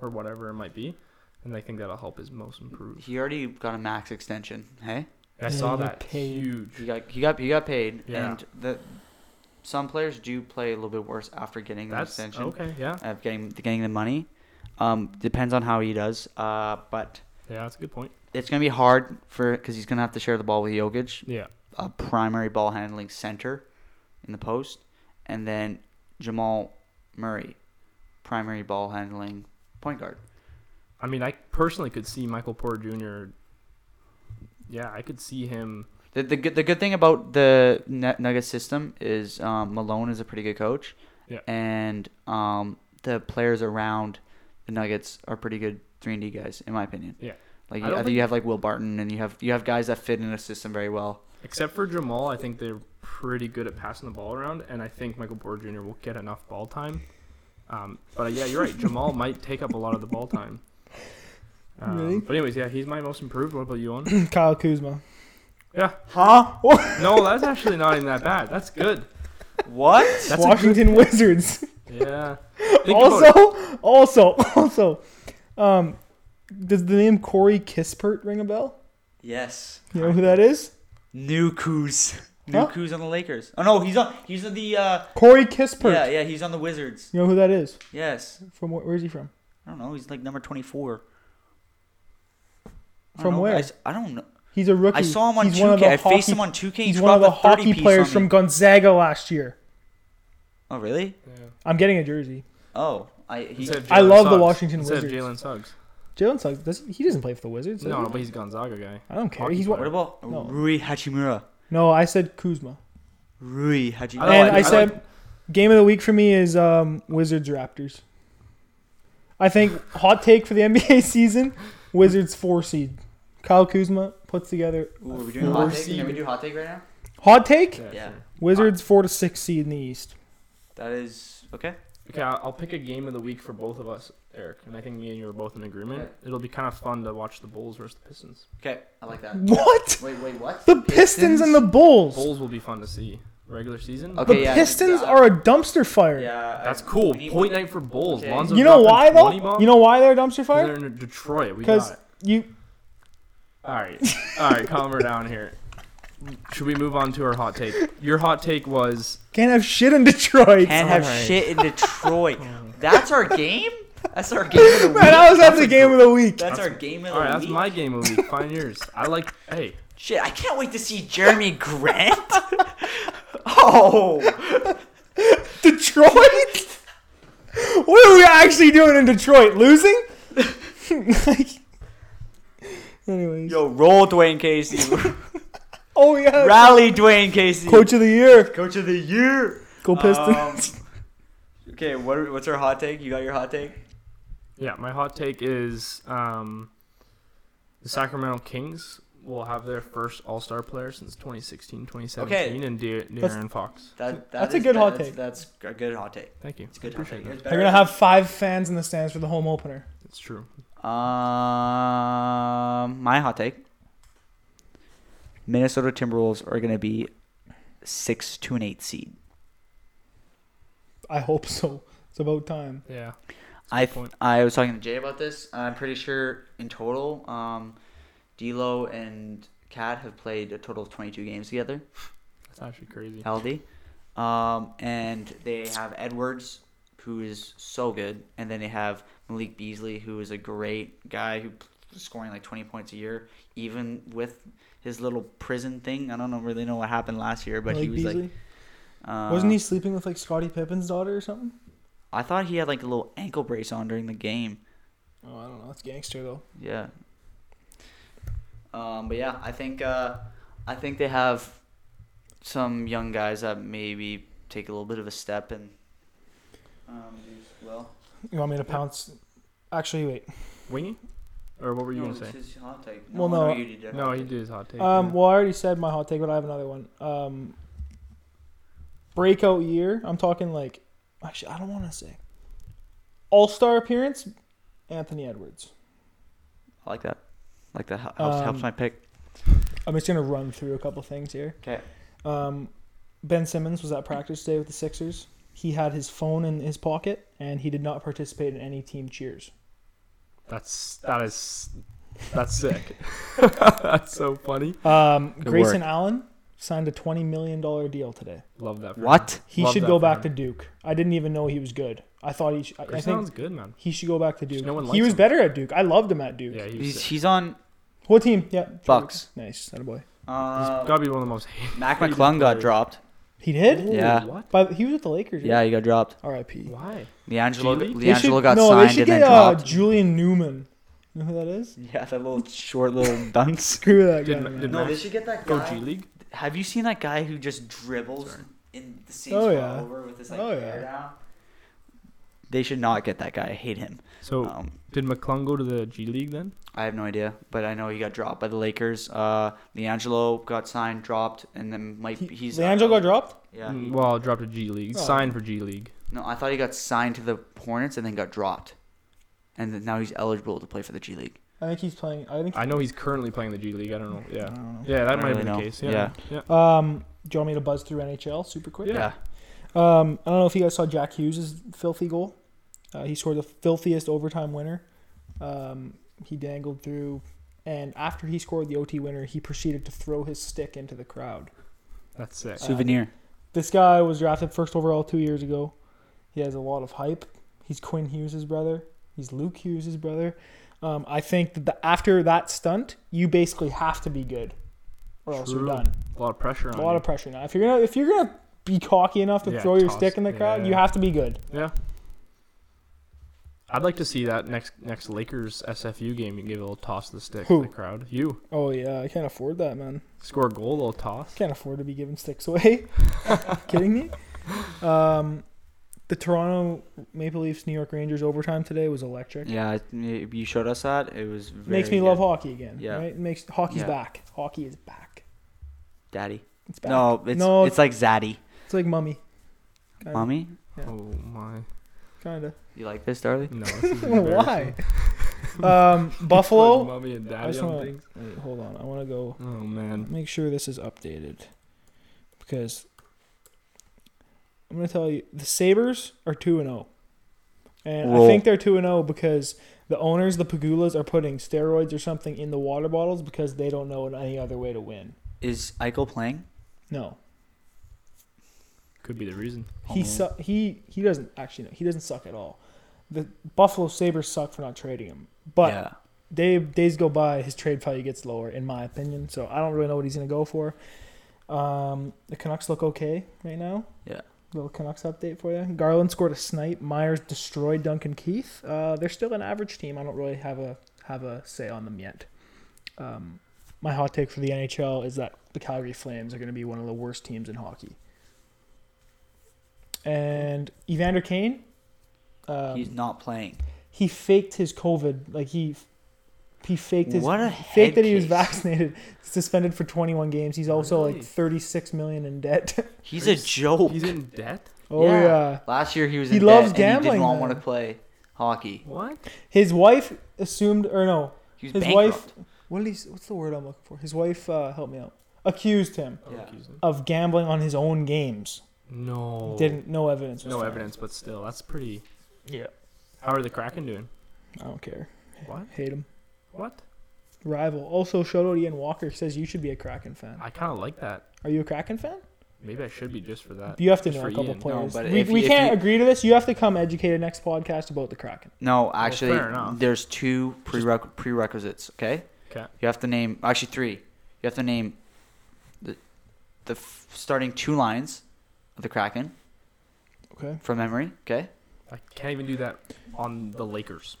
C: or whatever it might be, and I think that'll help his most improve.
A: He already got a max extension. Hey,
C: I
B: Yeah,
C: saw
B: he
C: that
B: paid.
C: huge.
A: he got he got he got paid,
C: Yeah.
A: and the some players do play a little bit worse after getting the
C: That's
A: extension.
C: okay. Yeah,
A: Of getting getting the money, um, depends on how he does. Uh, but
C: yeah, that's a good point.
A: it's gonna be hard for because he's gonna have to share the ball with Jokic.
C: Yeah,
A: a primary ball handling center in the post, and then Jamal Murray, primary ball handling point guard.
C: I mean, I personally could see Michael Porter Jr. Yeah, I could see him.
A: The, the, good- the good thing about the Nug- Nuggets system is um, Malone is a pretty good coach,
C: Yeah.
A: and um, the players around the Nuggets are pretty good three and D guys, in my opinion.
C: Yeah.
A: like
C: I
A: I,
C: don't
A: think you have like Will Barton, and you have you have guys that fit in a system very well.
C: Except for Jamal, I think they're pretty good at passing the ball around, and I think Michael Porter Jr. will get enough ball time. Um, but yeah, you're right. Jamal might take up a lot of the ball time. Um,
B: Really?
C: But anyways, yeah, he's my most improved. What about you, on?
B: *clears throat* Kyle Kuzma.
C: Yeah.
B: *laughs*
A: Huh?
C: No, that's actually not even that bad. That's good.
A: What?
C: That's a good,
B: Washington Wizards.
C: yeah. Think about
B: also, also, also, um, does the name Corey Kispert ring a bell?
A: yes.
B: You know who that is?
A: New Kuz. New
B: Huh?
A: Kuz on the Lakers. Oh no, he's on he's on the uh
B: Corey Kispert.
A: Yeah, yeah, he's on the Wizards.
B: You know who that is?
A: Yes.
B: From where, where is he from?
A: I don't know, he's like number 24. I don't
B: From
A: know,
B: where?
A: I, s- I don't know.
B: He's a rookie.
A: I saw him on 2K.
B: he's One of the
A: I
B: hockey,
A: faced him on 2K. He
B: He's one of the
A: dropped a 30
B: hockey
A: piece
B: players
A: on
B: from
A: me.
B: Gonzaga last year.
A: Oh, really?
C: Yeah.
B: I'm getting a jersey.
A: Oh, I he,
C: Instead of
B: I
C: Jalen
B: love the
C: Suggs.
B: Washington
C: Instead of
B: Wizards.
C: Jalen Suggs.
B: Jalen Suggs. Does, he doesn't play for the Wizards. does
C: No,
B: he?
C: no, but he's a Gonzaga guy.
B: I don't care.
C: Hockey
B: He's
A: What
B: one.
A: about
B: No.
A: Rui Hachimura?
B: No, I said Kuzma.
A: Rui Hachimura.
C: I
B: And
C: like-
B: I
C: I
B: said, game of the week for me is um, Wizards Raptors. I think hot take for the *laughs* NBA season: Wizards four seed. Kyle Kuzma puts together
A: Ooh, are we doing
B: Four
A: hot take? Can we
B: seed.
A: do hot take right now?
B: hot take.
A: Yeah.
C: sure.
B: Wizards four to six seed in the East.
A: That is okay.
C: Okay, I'll I'll pick a game of the week for both of us, Eric, and I think me and you are both in agreement. It'll be kind of fun to watch the Bulls versus the Pistons.
A: Okay, I like that.
B: What?
A: Wait, wait, what?
B: The Pistons, and the Bulls.
C: Bulls will be fun to see. regular season.
A: Okay,
B: the
A: yeah,
B: Pistons
A: uh,
B: are a dumpster fire.
A: Yeah,
C: That's cool.
A: we need-
C: Point nine for Bulls.
A: Okay.
C: Lonzo
B: You know
C: dropping
B: why
C: 20
B: though?
C: bombs?
B: You know why they're a dumpster
C: 'Cause
B: fire?
C: They're in Detroit. We got
B: Because
C: it.
B: you
C: All right, all right. Calm her down here. Should we move on to our hot take? Your hot take was
B: can't have shit in Detroit.
A: can't have
C: Alright.
A: shit
C: *laughs*
A: in
B: *laughs*
A: Detroit. That's our game. That's our game of the week.
B: Man, I was at
C: That's
B: the
C: a
B: game of the week.
A: That's our game of the
C: all right. That's
A: week.
C: my game of the week. Find yours. I like. Hey,
A: Shit, I can't wait to see Jeremy Grant. *laughs* oh,
B: Detroit? What are we actually doing in Detroit? Losing? *laughs* like, anyways.
A: yo, roll Dwayne Casey, *laughs*
B: Oh yeah.
A: rally Dwayne Casey,
B: Coach of the year.
A: Coach of the year.
B: Go Pistons.
A: Um, okay, what are, what's our hot take? You got your hot take?
C: yeah. My hot take is um, the Sacramento Kings will have their first All Star player since 2016, 2017, and De- De'Aaron Fox.
A: That, that
B: That's a
A: is-
B: good hot
A: that's-
B: take.
A: That's a good hot take.
C: Thank you.
A: It's a good hot
C: Appreciate
A: take.
C: that.
A: It's
B: They're
A: better
B: gonna have five fans in the stands for the home opener.
C: It's true.
A: Um, my hot take: Minnesota Timberwolves are going to be six to an eight seed.
B: I hope so. It's about time.
C: Yeah.
A: I
C: point.
A: I was talking to Jay about this. I'm pretty sure in total, um, D'Lo and Cat have played a total of 22 games together,
C: That's actually crazy.
A: healthy, um, and they have Edwards, who is so good, and then they have Malik Beasley, who is a great guy who is scoring like 20 points a year, even with his little prison thing. I don't know, really know what happened last year, but he
B: Malik
A: was
B: Beasley.
A: like, uh,
B: Wasn't he sleeping with like Scottie Pippen's daughter or something?
A: I thought he had like a little ankle brace on during the game.
B: Oh, I don't know. That's gangster though.
A: Yeah. Um, but yeah, I think uh, I think they have some young guys that maybe take a little bit of a step and um, do well.
B: You want me to pounce? Actually, wait.
C: Wingy? Or what were you gonna say?
A: No, Uh,
B: Well, no,
A: you did your
C: No,
A: hot
C: he
A: take.
C: did his hot take.
B: Um,
C: yeah.
B: well, I already said my hot take, but I have another one. Um, breakout year. I'm talking like, actually, I don't want to say all star appearance. Anthony Edwards.
A: I like that. Like that hel- helps, helps
B: Um,
A: my pick.
B: I'm just gonna run through a couple things here.
A: Okay.
B: Um, ben Simmons was at practice today with the Sixers. He had his phone in his pocket and he did not participate in any team cheers.
C: That's that is
A: *laughs*
C: that's sick. *laughs* that's so funny.
B: Um,
A: Good
B: Grayson
A: work.
B: Allen signed a twenty million dollar deal today.
C: Love that. for him.
A: What?
B: He
C: Love
B: should
C: that
B: go
C: for
B: back to
C: him.
B: Duke. I didn't even know he was good. I thought he. Should, I, I
C: Chris
B: think
C: Allen's good, man.
B: he should go back to Duke.
C: no one
B: he
C: likes
B: was
C: him.
B: better at Duke. I loved him at Duke.
C: Yeah, he's,
A: He's,
C: sick.
A: he's on.
B: What team? Yeah,
A: Bucks.
B: Nice, that a boy.
C: he's
A: Uh,
C: gotta be one of the most. *laughs* hated
A: Mac
C: players.
A: McClung got dropped.
B: He did.
C: Ooh,
A: Yeah.
C: What?
B: But he was with the Lakers. right?
A: Yeah, he got dropped.
B: R.I.P.
C: Why?
A: Leangelo,
C: G League?
B: They should-
A: Leangelo got
B: no, they
A: signed
B: should
A: and
B: get
A: then
B: uh,
A: dropped.
B: Julian Newman. You know who that is?
A: *laughs* Yeah, that little short little
B: *laughs*
A: dunce.
B: Screw that guy.
C: Did-
B: man.
C: did-
A: No, they should get that
C: Go
A: guy.
C: G League.
A: Have you seen that guy who just dribbles
C: Sorry.
A: in the same
B: Oh,
A: spot
B: yeah.
A: over with his like
B: Oh,
A: hair
B: yeah.
A: down? They should not get that guy. I hate him.
B: Oh.
C: So
A: Um,
C: did McClung go to the G League then?
A: I have no idea, but I know he got dropped by the Lakers. Uh, Leangelo got signed, dropped, and then might
B: He-
A: he's uh,
B: Leandro got dropped.
A: Yeah.
C: Mm,
A: he-
C: Well, dropped to G League.
B: Oh.
C: Signed for G League.
A: no, I thought he got signed to the Hornets and then got dropped, and then now he's eligible to play for the G League.
B: I think he's playing. I think.
C: I know he's currently playing the G League. I don't know.
B: I
C: Yeah.
B: don't know.
C: Yeah, that
A: don't
C: might have
A: really
C: been the
A: know.
C: case. Yeah. Yeah.
B: Um, do you want me to buzz through NHL super quick?
C: Yeah.
B: Um, I don't know if you guys saw Jack Hughes' filthy goal. Uh, he scored the filthiest overtime winner. Um, he dangled through, and after he scored the OT winner, he proceeded to throw his stick into the crowd.
C: That's sick.
A: Souvenir.
B: This guy was drafted first overall two years ago. He has a lot of hype. He's Quinn Hughes' brother. He's Luke Hughes' brother. Um, I think that the, after that stunt, you basically have to be good, or else
C: True.
B: you're done.
C: A lot of pressure on.
B: A lot
C: you.
B: of pressure now. If you're gonna if you're gonna be cocky enough to
C: Yeah,
B: throw your
C: toss.
B: stick in the crowd,
C: Yeah.
B: you have to be good.
C: Yeah. I'd like to see that next next Lakers SFU game. You can give a little toss to the stick
B: Who?
C: to the crowd. You
B: Oh yeah, I can't afford that, man.
C: score a goal, little toss.
B: Can't afford to be giving sticks away. *laughs* Kidding me? Um, the Toronto Maple Leafs New York Rangers overtime today was electric.
A: Yeah, it- you showed us that. It was very
B: Makes me love
A: good.
B: hockey again.
A: Yeah.
B: Right? Makes hockey's
A: Yeah.
B: back. Hockey is back.
A: Daddy.
B: It's back.
A: No, it's
B: No.
A: it's like Zaddy.
B: It's like mummy. Kinda,
A: Mommy,
B: Yeah.
C: Oh
B: *laughs*
C: my!
B: Kinda.
A: you like this, darling?
C: No. this is
B: Why?
C: embarrassing.
A: *laughs*
B: um, *laughs*
C: Put
B: Buffalo.
C: Mommy and
B: I
C: daddy
B: just
C: on
B: wanna-
C: things.
B: Wait, hold on. I want to go
C: Oh man.
B: make sure this is updated because I'm gonna tell you, the Sabers are two and zero, and I
A: Roll.
B: think they're two and zero because the owners, the Pagulas, are putting steroids or something in the water bottles because they don't know any other way to win.
A: Is Eichel playing?
B: No,
C: Could be the reason.
B: he
A: Oh.
B: su- he he doesn't actually. No, he doesn't suck at all. The Buffalo Sabers suck for not trading him, but
A: yeah.
B: day days go by, his trade value gets lower, in my opinion. So I don't really know what he's gonna go for. Um, the Canucks look okay right now.
A: Yeah.
B: Little Canucks update for you. Garland scored a snipe. Myers destroyed Duncan Keith. Uh, they're still an average team. I don't really have a have a say on them yet. Um, my hot take for the NHL is that the Calgary Flames are going to be one of the worst teams in hockey. And Evander Kane, um,
A: He's not playing.
B: he faked his COVID. Like he, he faked his.
A: What a
B: faked that he was
A: headcase.
B: vaccinated. Suspended for 21 games. He's also
C: Really?
B: like 36 million in debt. *laughs*
A: He's a joke.
C: He's in debt.
B: oh yeah.
A: *laughs* Last year he was
B: He
A: in
B: loves
A: debt and he did
B: gambling,
A: not
B: though.
A: want to play hockey.
C: What?
B: His wife assumed, or no,
A: He was
B: his
A: bankrupt.
B: wife. What did he, s- What's the word I'm looking for? His wife uh, helped me out. Accused him
A: Yeah.
B: of gambling on his own games.
C: Oh, No.
B: Didn't. No evidence. was
C: Oh. No
B: found.
C: evidence, but still, that's pretty.
B: Yeah.
C: How are the Kraken doing?
B: I don't care.
C: What?
B: Hate him.
C: What?
B: Rival. Also, shout out Ian Walker says you should be a Kraken fan.
C: I kind of like that.
B: Are you a Kraken fan?
C: Maybe I should be just for that.
B: You have to
C: Just
B: know
C: for
B: a couple
C: Ian.
B: players.
A: No, but
B: we
A: if-
B: we
A: if
B: can't
A: you-
B: agree to this. You have to come educated next podcast about the Kraken.
A: No, actually,
C: fair enough.
A: there's two prereq- prerequisites. Okay,
C: Okay.
A: you have to name actually three. You have to name the the f- starting two lines of the Kraken
B: Okay.
A: from memory. Okay,
C: I can't even do that on the Lakers.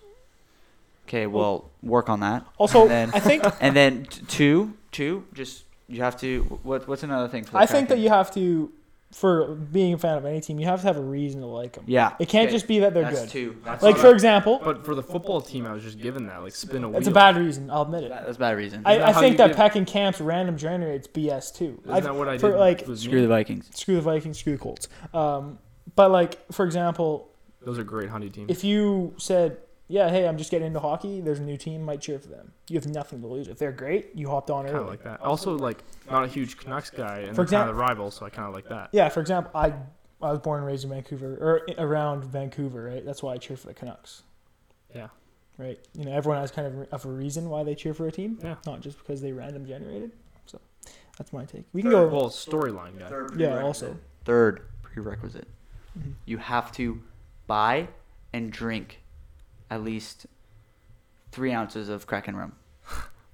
A: okay, we'll work on that.
B: Also,
A: And then- *laughs*
B: I think
A: And then t- two, two, just you have to. What what's another thing for the
B: I think that
A: Kraken?
B: you have to, for being a fan of any team, you have to have a reason to like them.
A: yeah,
B: It can't
A: okay,
B: just be that they're
A: that's
B: good.
A: two. That's
B: Like
A: not
B: for example,
C: But for the football team, I was just given that. Like, spin a wheel.
B: it's a bad reason. I'll admit
A: a
B: it.
A: bad- that's a bad reason.
B: I,
C: that
B: I
C: how
B: think
C: you
B: that
C: get-
B: Peck and Camp's random generates BS too.
C: Isn't
B: I,
C: that what I
B: for,
C: did?
B: like-
C: with
A: Screw
C: me?
A: the Vikings.
B: screw the Vikings, screw the Colts. Um, but like for example,
C: Those are great hunting teams.
B: if you said, "Yeah, hey, I'm just getting into hockey. There's a new team. Might cheer for them." You have nothing to lose. If they're great, you hopped on
C: kind
B: early.
C: of like that. Also, like, not a huge Canucks guy, and
B: For
C: they're kind of the rival, so I kind of like that.
B: Yeah, for example, I I was born and raised in Vancouver or i- around Vancouver, right? That's why I cheer for the Canucks.
C: Yeah.
B: Right. You know, everyone has kind of of a reason why they cheer for a team,
C: Yeah.
B: not just because they random generated. So that's my take. We can go.
C: Well, storyline guy.
B: yeah. Also,
A: Third prerequisite.
C: Mm-hmm.
B: Mhm.
A: You have to buy and drink at least three ounces of Kraken rum.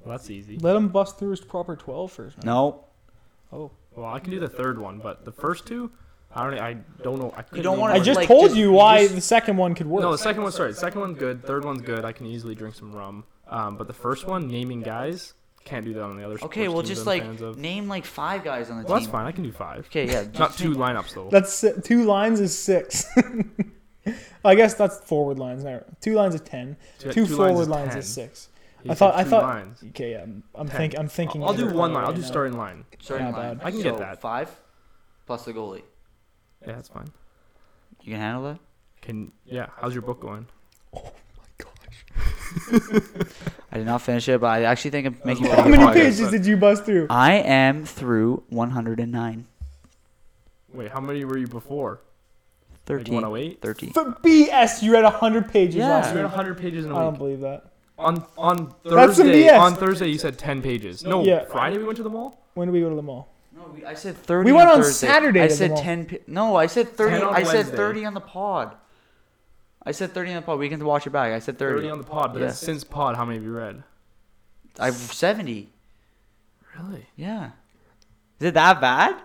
C: Well, that's easy.
B: let him bust through his proper twelve first. man.
A: No,
B: Oh,
C: Well, I can do the third one, but the first two, I don't. I don't know. I couldn't
A: don't
C: even
A: wanna
B: I
C: remember.
B: just
A: like,
B: told
A: just-
B: you
A: you
B: why
A: just-
B: the second one could work.
C: No, the second one. Sorry, the second one's good. Third one's good. I can easily drink some rum. Um, but the first one, naming guys, can't do that on the other.
A: okay,
C: sports
A: well,
C: teams
A: just
C: I'm
A: like
C: fans of.
A: name like five guys on the
C: Well, that's
A: team.
C: fine. I can do five.
A: Okay, yeah,
C: Not
A: just
C: two
A: name-
C: lineups though.
B: That's si- two lines is six. *laughs* I guess that's forward lines. Now two lines of ten. Two forward lines is six.
C: He
B: *laughs* I thought-
C: said
B: I
C: two
B: thought-
C: lines.
B: Okay, yeah, I'm, I'm
C: Ten.
B: think I'm thinking.
C: I'll do
B: in-
C: one line. I'll
B: right
C: do
B: now.
C: starting line.
A: Starting
B: Not
A: line.
B: bad.
C: I can get
A: So,
C: that.
A: Five plus the goalie.
C: Yeah, that's fine.
A: You can handle that.
C: Can yeah. How's your book going?
A: I did not finish it, but I actually think I'm making.
C: long.
B: How
A: pretty
B: many
A: good progress.
B: pages did you bust through?
A: I am through 109.
C: Wait, how many were you before? Like
A: 13.
C: 108.
A: 13.
B: For BS, you read 100 pages
A: Yeah.
B: last
C: You read
B: week.
C: 100 pages in
B: I
C: a
B: don't
C: week.
B: believe that.
C: Um, On on
B: That's some
C: Thursday,
B: BS.
C: on Thursday you said 10 pages. No,
B: Yeah.
C: Friday we went to the mall.
B: When did we go to the mall?
A: No, we, I said 30.
B: went on
A: Thursday. I
B: Saturday to the
A: said
B: mall.
A: 10. P- no, I said 30.
C: 10 on
A: I said
C: Wednesday.
A: 30 on the pod. I said 30 on the pod. We can watch it back. I said
C: 30,
A: 30.
C: on the pod, but
A: Yeah.
C: then since pod, how many have you read?
A: I've 70.
C: Really?
A: Yeah. Is it that bad?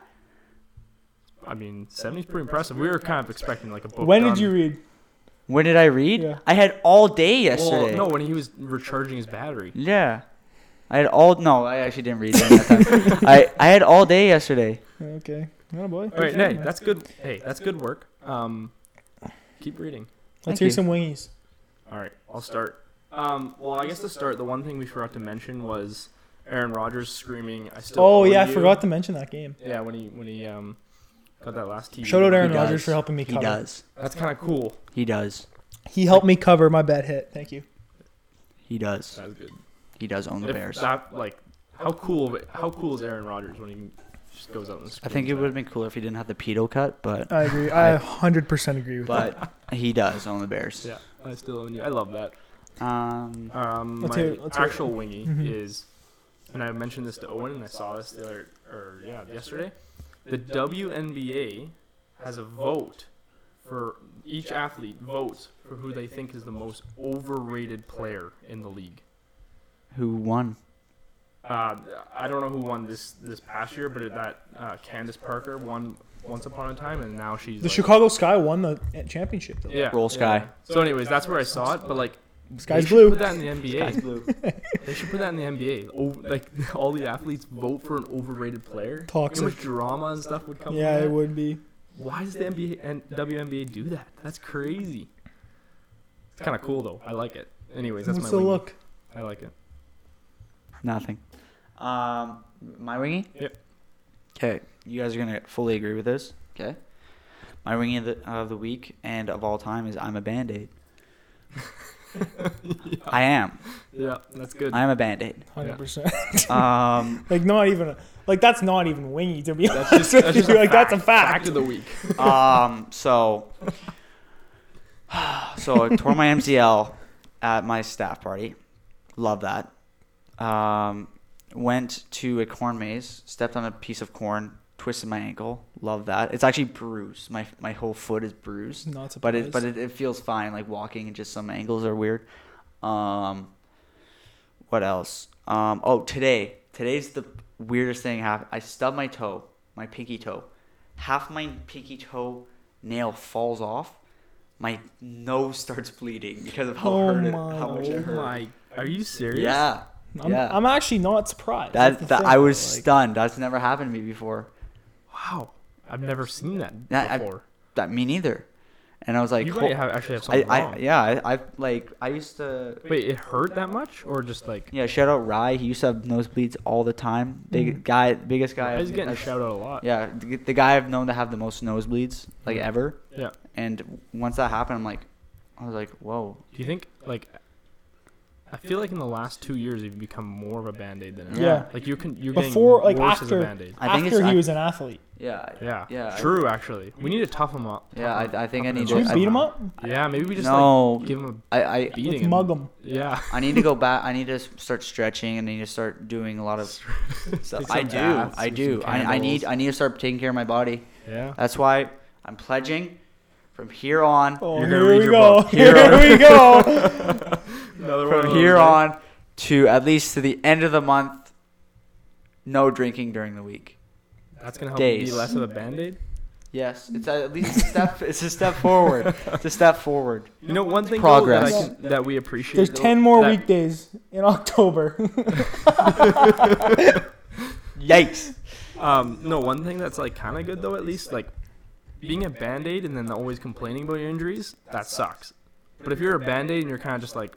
C: I mean, 70 is pretty impressive. We were kind of expecting like a book.
B: when
C: done.
B: did you read?
A: When did I read?
B: Yeah.
A: I had all day
C: Well,
A: yesterday.
C: no, when he was recharging his battery.
A: Yeah. I had all. No, I actually didn't read during that time.
B: *laughs*
A: I, I had all day yesterday.
B: Okay. Oh boy.
C: All right, hey, that's good. Hey, that's good work. Um, keep reading.
A: Thank
B: Let's hear
A: you.
B: some wingies.
C: All right, I'll start. Um, well, I guess to start, the one thing we forgot to mention was Aaron Rodgers screaming, "I still."
B: Oh
C: own
B: yeah, I
C: you."
B: forgot to mention that game.
C: Yeah, when he when he um got that last TV.
B: Shout out Aaron
A: He
B: Rodgers
A: does.
B: for helping me
A: He
B: cover.
A: does.
C: That's kind of cool.
A: He does.
B: He helped me cover my bad hit. Thank you.
A: He does.
C: That's good.
A: He does own the
C: If
A: Bears.
C: That, like, how cool? of it- How cool is Aaron Rodgers when he just goes out and
A: I think it
C: screams that.
A: would have been cooler if he didn't have the pedo cut, but
B: I agree. I 100% agree with that. *laughs*
A: but he does on the Bears.
C: Yeah, I still own you. I love that.
A: Um,
C: Um,
B: Let's
C: my
B: hear it, let's hear it.
C: actual wingy
B: Mhm.
C: is, and I mentioned this to Owen, and I saw this the other, or yeah, yesterday. The WNBA has a vote for each athlete votes for who they think is the most overrated player in the league.
A: who won?
C: Uh, I don't know who won this this past year, but that uh, Candace Parker won once upon a time, and now she's
B: The
C: like-
B: Chicago Sky won the championship, though.
C: yeah,
A: Roll Sky.
C: yeah. So, anyways, that's where I saw it, but like.
B: Sky's
C: they should
B: blue.
C: Put that in the NBA.
A: blue.
C: *laughs* They should put that in the NBA. O- Oh, like *laughs* all the athletes vote for an overrated player. You know how
B: Toxic.
C: much drama and stuff would come. from
B: Yeah,
C: that?
B: it would be.
C: Why does the NBA and WNBA do that? That's crazy. It's kind of cool though. I like it. Anyways, that's
B: What's
C: my
B: the
C: wingy.
B: look?
C: I like it.
A: Nothing. Um, my wingy.
C: Yep.
A: Okay, you guys are gonna fully agree with this. Okay. My wingy of the, of the week and of all time is I'm a band
C: *laughs*
A: aid. I am.
C: Yeah, that's good.
A: I am a band aid.
B: 100%.
A: Um,
B: *laughs* Like not even a, like that's not even wingy to be
C: That's
B: honest *laughs*
C: just, that's
B: with
C: just
B: you. Like that's a fact.
C: Fact of
B: *laughs*
C: the week.
A: um, so, *sighs* so I tore my MCL at my staff party. Love that. Um, went to a corn maze, stepped on a piece of corn, twisted my ankle. Love that. It's actually bruised. My my whole foot is bruised,
B: Not
A: but
B: surprised.
A: it but it, it feels fine. Like walking, and just some angles are weird. Um, what else? Um, oh, today. Today's the weirdest thing happened. I stubbed my toe, my pinky toe. Half my pinky toe nail falls off. My nose starts bleeding because of how
B: Oh
A: hurt it,
B: my
A: how much
B: lord.
A: it hurt.
C: my, are you serious?
A: Yeah,
B: I'm,
A: yeah.
B: I'm actually not surprised. That's the
A: that, that
B: thing,
A: I
B: though,
A: was
B: like,
A: stunned. That's never happened to me before.
C: Wow. I've never seen that
A: Yeah, I-
C: before.
A: That me neither. And I was like,
C: you
A: "Ho-
C: might have, actually have
A: I,
C: something wrong.
A: I, yeah, I, I like I used to.
C: Wait, it hurt that much, or just like?
A: Yeah, shout out Rye. He used to have nosebleeds all the time.
B: Mm.
A: Big guy, biggest guy.
C: I was
A: I've-
C: getting
A: I've-
C: shouted out a lot.
A: Yeah, the, the guy I've known to have the most nosebleeds like
C: Yeah.
A: ever.
C: yeah.
A: And once that happened, I'm like, I was like, whoa.
C: Do you think like I feel like in the last two years you've become more of a band aid than ever.
B: Yeah.
C: Like you can you're
B: Before, like,
C: getting worse
B: after-
C: as a band aid.
A: I think
B: after
A: it's
B: he
A: I-
B: was an athlete.
A: Yeah.
C: Yeah.
A: Yeah, I-
C: True actually. We need to tough him up.
A: Yeah,
C: Tough 'em
A: I- I
C: up.
A: think I
C: Tough
A: need
B: Should we
A: I-
B: beat him
A: I'm-
B: up?
C: Yeah, maybe we just
A: no,
C: like give him
A: I, I,
C: a beating.
B: Let's mug him.
C: and- Yeah. *laughs*
A: I need to go back. I need to s- start stretching and I need to start doing a lot
C: *laughs*
A: of stuff.
C: Take
A: I
C: some
A: do.
C: baths,
A: I
C: do
A: do.
C: some
A: I, I need.
C: candles.
A: I need to start taking care of my body.
C: Yeah.
A: That's why I'm pledging from here on.
B: Oh,
C: You're gonna
B: here
C: read
B: we
C: your
B: go.
C: book.
A: Here-
B: Here, we *laughs* go.
C: Another
A: From here on to at least to the end of the month, no drinking during the week.
C: That's gonna help you
A: days.
C: be less of a band aid.
A: Yes, it's at least a step. *laughs* It's a step forward. It's a step forward.
C: You know one thing though,
A: Progress.
C: that, I can, that we appreciate.
B: There's
C: though,
B: ten more
C: that-
B: weekdays in October.
A: Yikes!
C: Um, no, one thing that's like kind of good though, at least like being a band aid and then always complaining about your injuries, that sucks. But if you're a band aid and you're kind of just like,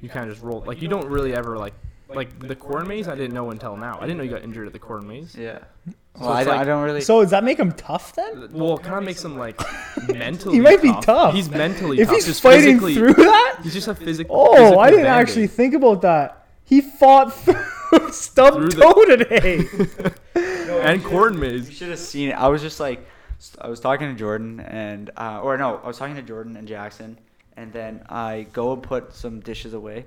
C: you kind of just roll, like you don't really ever like, like the corn maze. I didn't know until now. I didn't know you got injured at the corn maze.
A: Yeah.
C: So
A: Well, I,
C: it's
A: don't-
C: like-
A: I don't really.
B: so does that make him tough then?
C: Well, it kind of makes him like mentally.
B: He might be tough.
C: He's mentally
B: If
C: tough.
B: he's
C: just
B: fighting
C: physically-
B: through that?
C: He's just a physical.
B: *laughs* Oh, I didn't actually think about that. He fought *laughs* through
C: Through
B: stubbed
C: the-
B: toe
C: *laughs*
B: today.
C: And corn
A: You
C: maze.
A: should have seen it. I was just like, st- I was talking to Jordan and, uh, or no, I was talking to Jordan and Jackson, and then I go and put some dishes away,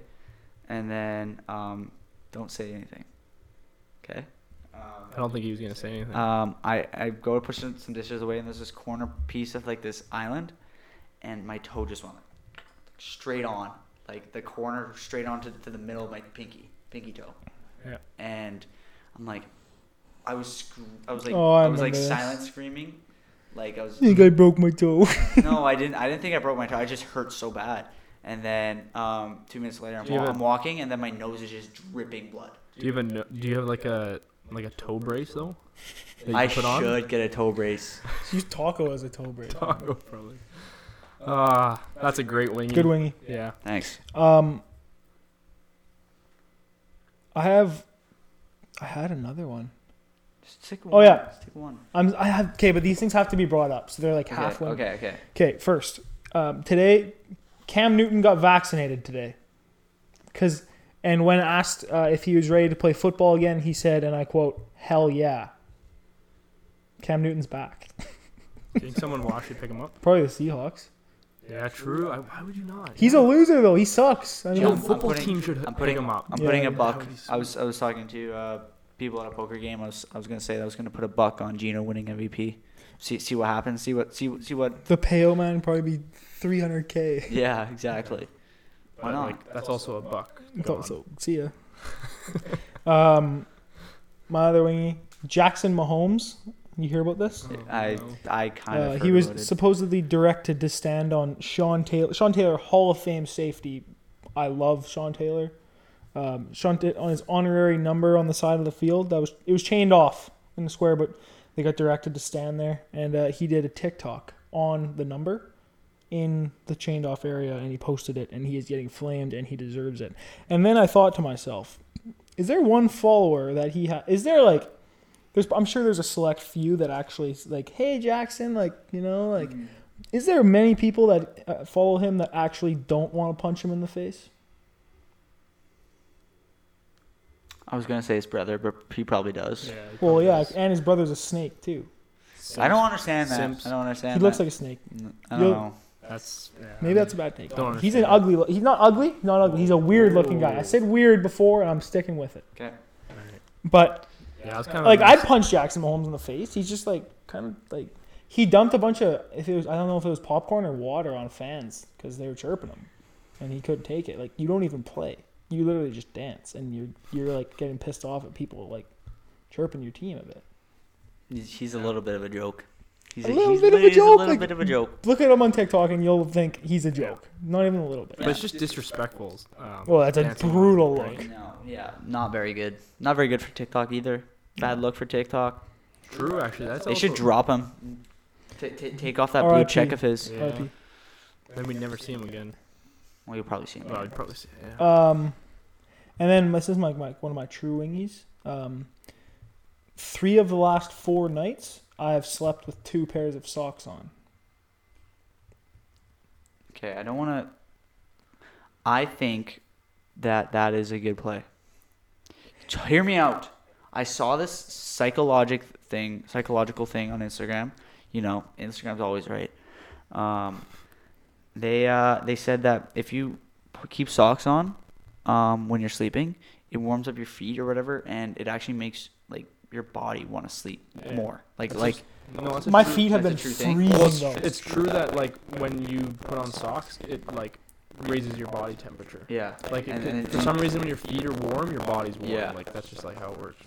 A: and then um, don't say anything. Okay.
C: I don't think he was gonna say anything.
A: Um, I I go to push some some dishes away, and there's this corner piece of like this island, and my toe just went like, straight on, like the corner straight on to, to the middle of my pinky, pinky toe
C: yeah.
A: and I'm like, I was, sc- I was like,
B: Oh, I
A: I, was like
B: remember this.
A: silent screaming, like I was.
C: *laughs*
B: I think I broke my toe. *laughs*
A: no, I didn't. I didn't think I broke my toe. I just hurt so bad. And then um, two minutes later, I'm,
C: Do you
A: wa-
C: have a-
A: I'm walking, and then my nose is just dripping blood.
C: Do you have a no- Do you have like a like a toe brace though? that you
A: I
C: put
A: should
C: on? *laughs* Oh,
A: get a toe brace.
B: Use taco as a toe break.
C: Taco probably. Ah, that's a great wingy.
B: Good wingy. *laughs*
C: Yeah.
A: Thanks.
B: Um, I have, I had another one.
A: Just stick
B: Oh,
A: one.
B: yeah.
A: Stick one.
B: I'm, I have okay, but these things have to be brought up, so they're like
A: Okay,
B: halfway.
A: Okay. Okay.
B: Okay, first, um, today, Cam Newton got vaccinated today, because and when asked uh, if he was ready to play football again, he said, and I quote, "Hell yeah." Cam Newton's back.
C: Can someone wash should pick him up?
B: Probably the Seahawks.
C: Yeah, true. I, why would you not?
B: He's a loser though. He sucks. I
A: Yeah,
B: mean,
C: Your
A: I'm- I'm
C: football
A: putting-
C: team should
A: I'm
C: pick
A: putting-
C: him up.
A: I'm
B: Yeah,
A: putting
B: yeah.
A: a buck.
C: That would be
A: I was I was talking to uh, people at a poker game. I was I was gonna say that I was gonna put a buck on Gino winning MVP. See see what happens. See what see see what. *laughs*
B: the payo man would probably be 300k.
A: Yeah, exactly. Why
C: But,
A: not?
C: Like, that's also a buck.
B: It's
C: Go on.
B: also see ya. um, my other wingy, Jackson Mahomes. You hear about this?
C: Oh,
A: I
C: no.
A: I kind of
B: Uh, he was supposedly directed to stand on Sean Taylor, Sean Taylor Hall of Fame safety. I love Sean Taylor. Um, Sean Ta- on his honorary number on the side of the field that was it was chained off in the square, but they got directed to stand there, and uh, he did a TikTok on the number in the chained off area, and he posted it, and he is getting flamed, and he deserves it. And then I thought to myself, is there one follower that he has? Is there like there's I'm sure there's a select few that actually like, hey Jackson, like you know, like
C: Hmm.
B: is there many people that uh, follow him that actually don't want to punch him in the face?
A: I was gonna say his brother, but he probably does.
C: Yeah, he
B: Well,
C: probably
B: yeah,
C: does.
B: and his brother's a snake too.
A: I don't understand that.
C: Simps.
A: I don't understand.
B: he looks
A: that.
B: like a snake.
A: I don't
B: You'll-
A: know.
C: That's yeah,
B: Maybe that's a bad take.
C: Don't
B: He's an
C: understand.
B: ugly. lo- He's not ugly. He's not ugly. He's a weird looking guy. I said weird before, and I'm sticking with it.
A: Okay.
C: Alright.
B: But
C: Yeah, I was kind of
B: like, I'd punch Jackson Mahomes in the face. He's just like kind of like he dumped a bunch of if it was I don't know if it was popcorn or water on fans because they were chirping him, and he couldn't take it. Like you don't even play. You literally just dance, and you're you're like getting pissed off at people like chirping your team a bit.
A: He's, he's a little bit of a joke. He's
B: A little
A: he's
B: bit of a
A: literally- he's
B: joke,
A: A little
B: like-
A: bit of a joke.
B: Look at him on TikTok, and you'll think he's a joke. Not even a little bit.
C: but it's just disrespectful. Um,
B: Well, that's a
C: dancing,
B: brutal
C: right?
B: look.
A: No, yeah, not very good. Not very good for TikTok either. Bad look for TikTok.
C: True, actually, that's
A: They should
C: also-
A: drop him. T- Mm. t- take off that blue
B: RIP.
A: check of his.
C: Yeah.
B: RIP.
C: Then we'd never see him again.
A: Well, you'll probably see him.
C: Well, I'd probably see. Yeah.
B: Um, and then this is my, my one of my true wingies. Um, three of the last four nights, I have slept with two pairs of socks on.
A: Okay, I don't want to. I think that that is a good play. Ch- Hear me out. I saw this psychologic thing, psychological thing on Instagram. You know, Instagram's always right. Um, they uh, they said that if you p- keep socks on um, when you're sleeping, it warms up your feet or whatever, and it actually makes like your body want to sleep
C: Yeah.
A: more. Like
C: That's
A: like
C: just- no, that's a
B: My
C: true-
B: feet have been
A: that's a true thing.
B: freezing
C: Well, it's,
B: though.
C: it's true that like when you put on socks, it like raises your body temperature.
A: yeah.
C: Like it,
A: And-
C: could-
A: and it-
C: for some reason, when your feet are warm, your body's warm.
A: Yeah.
C: Like that's just like how it works.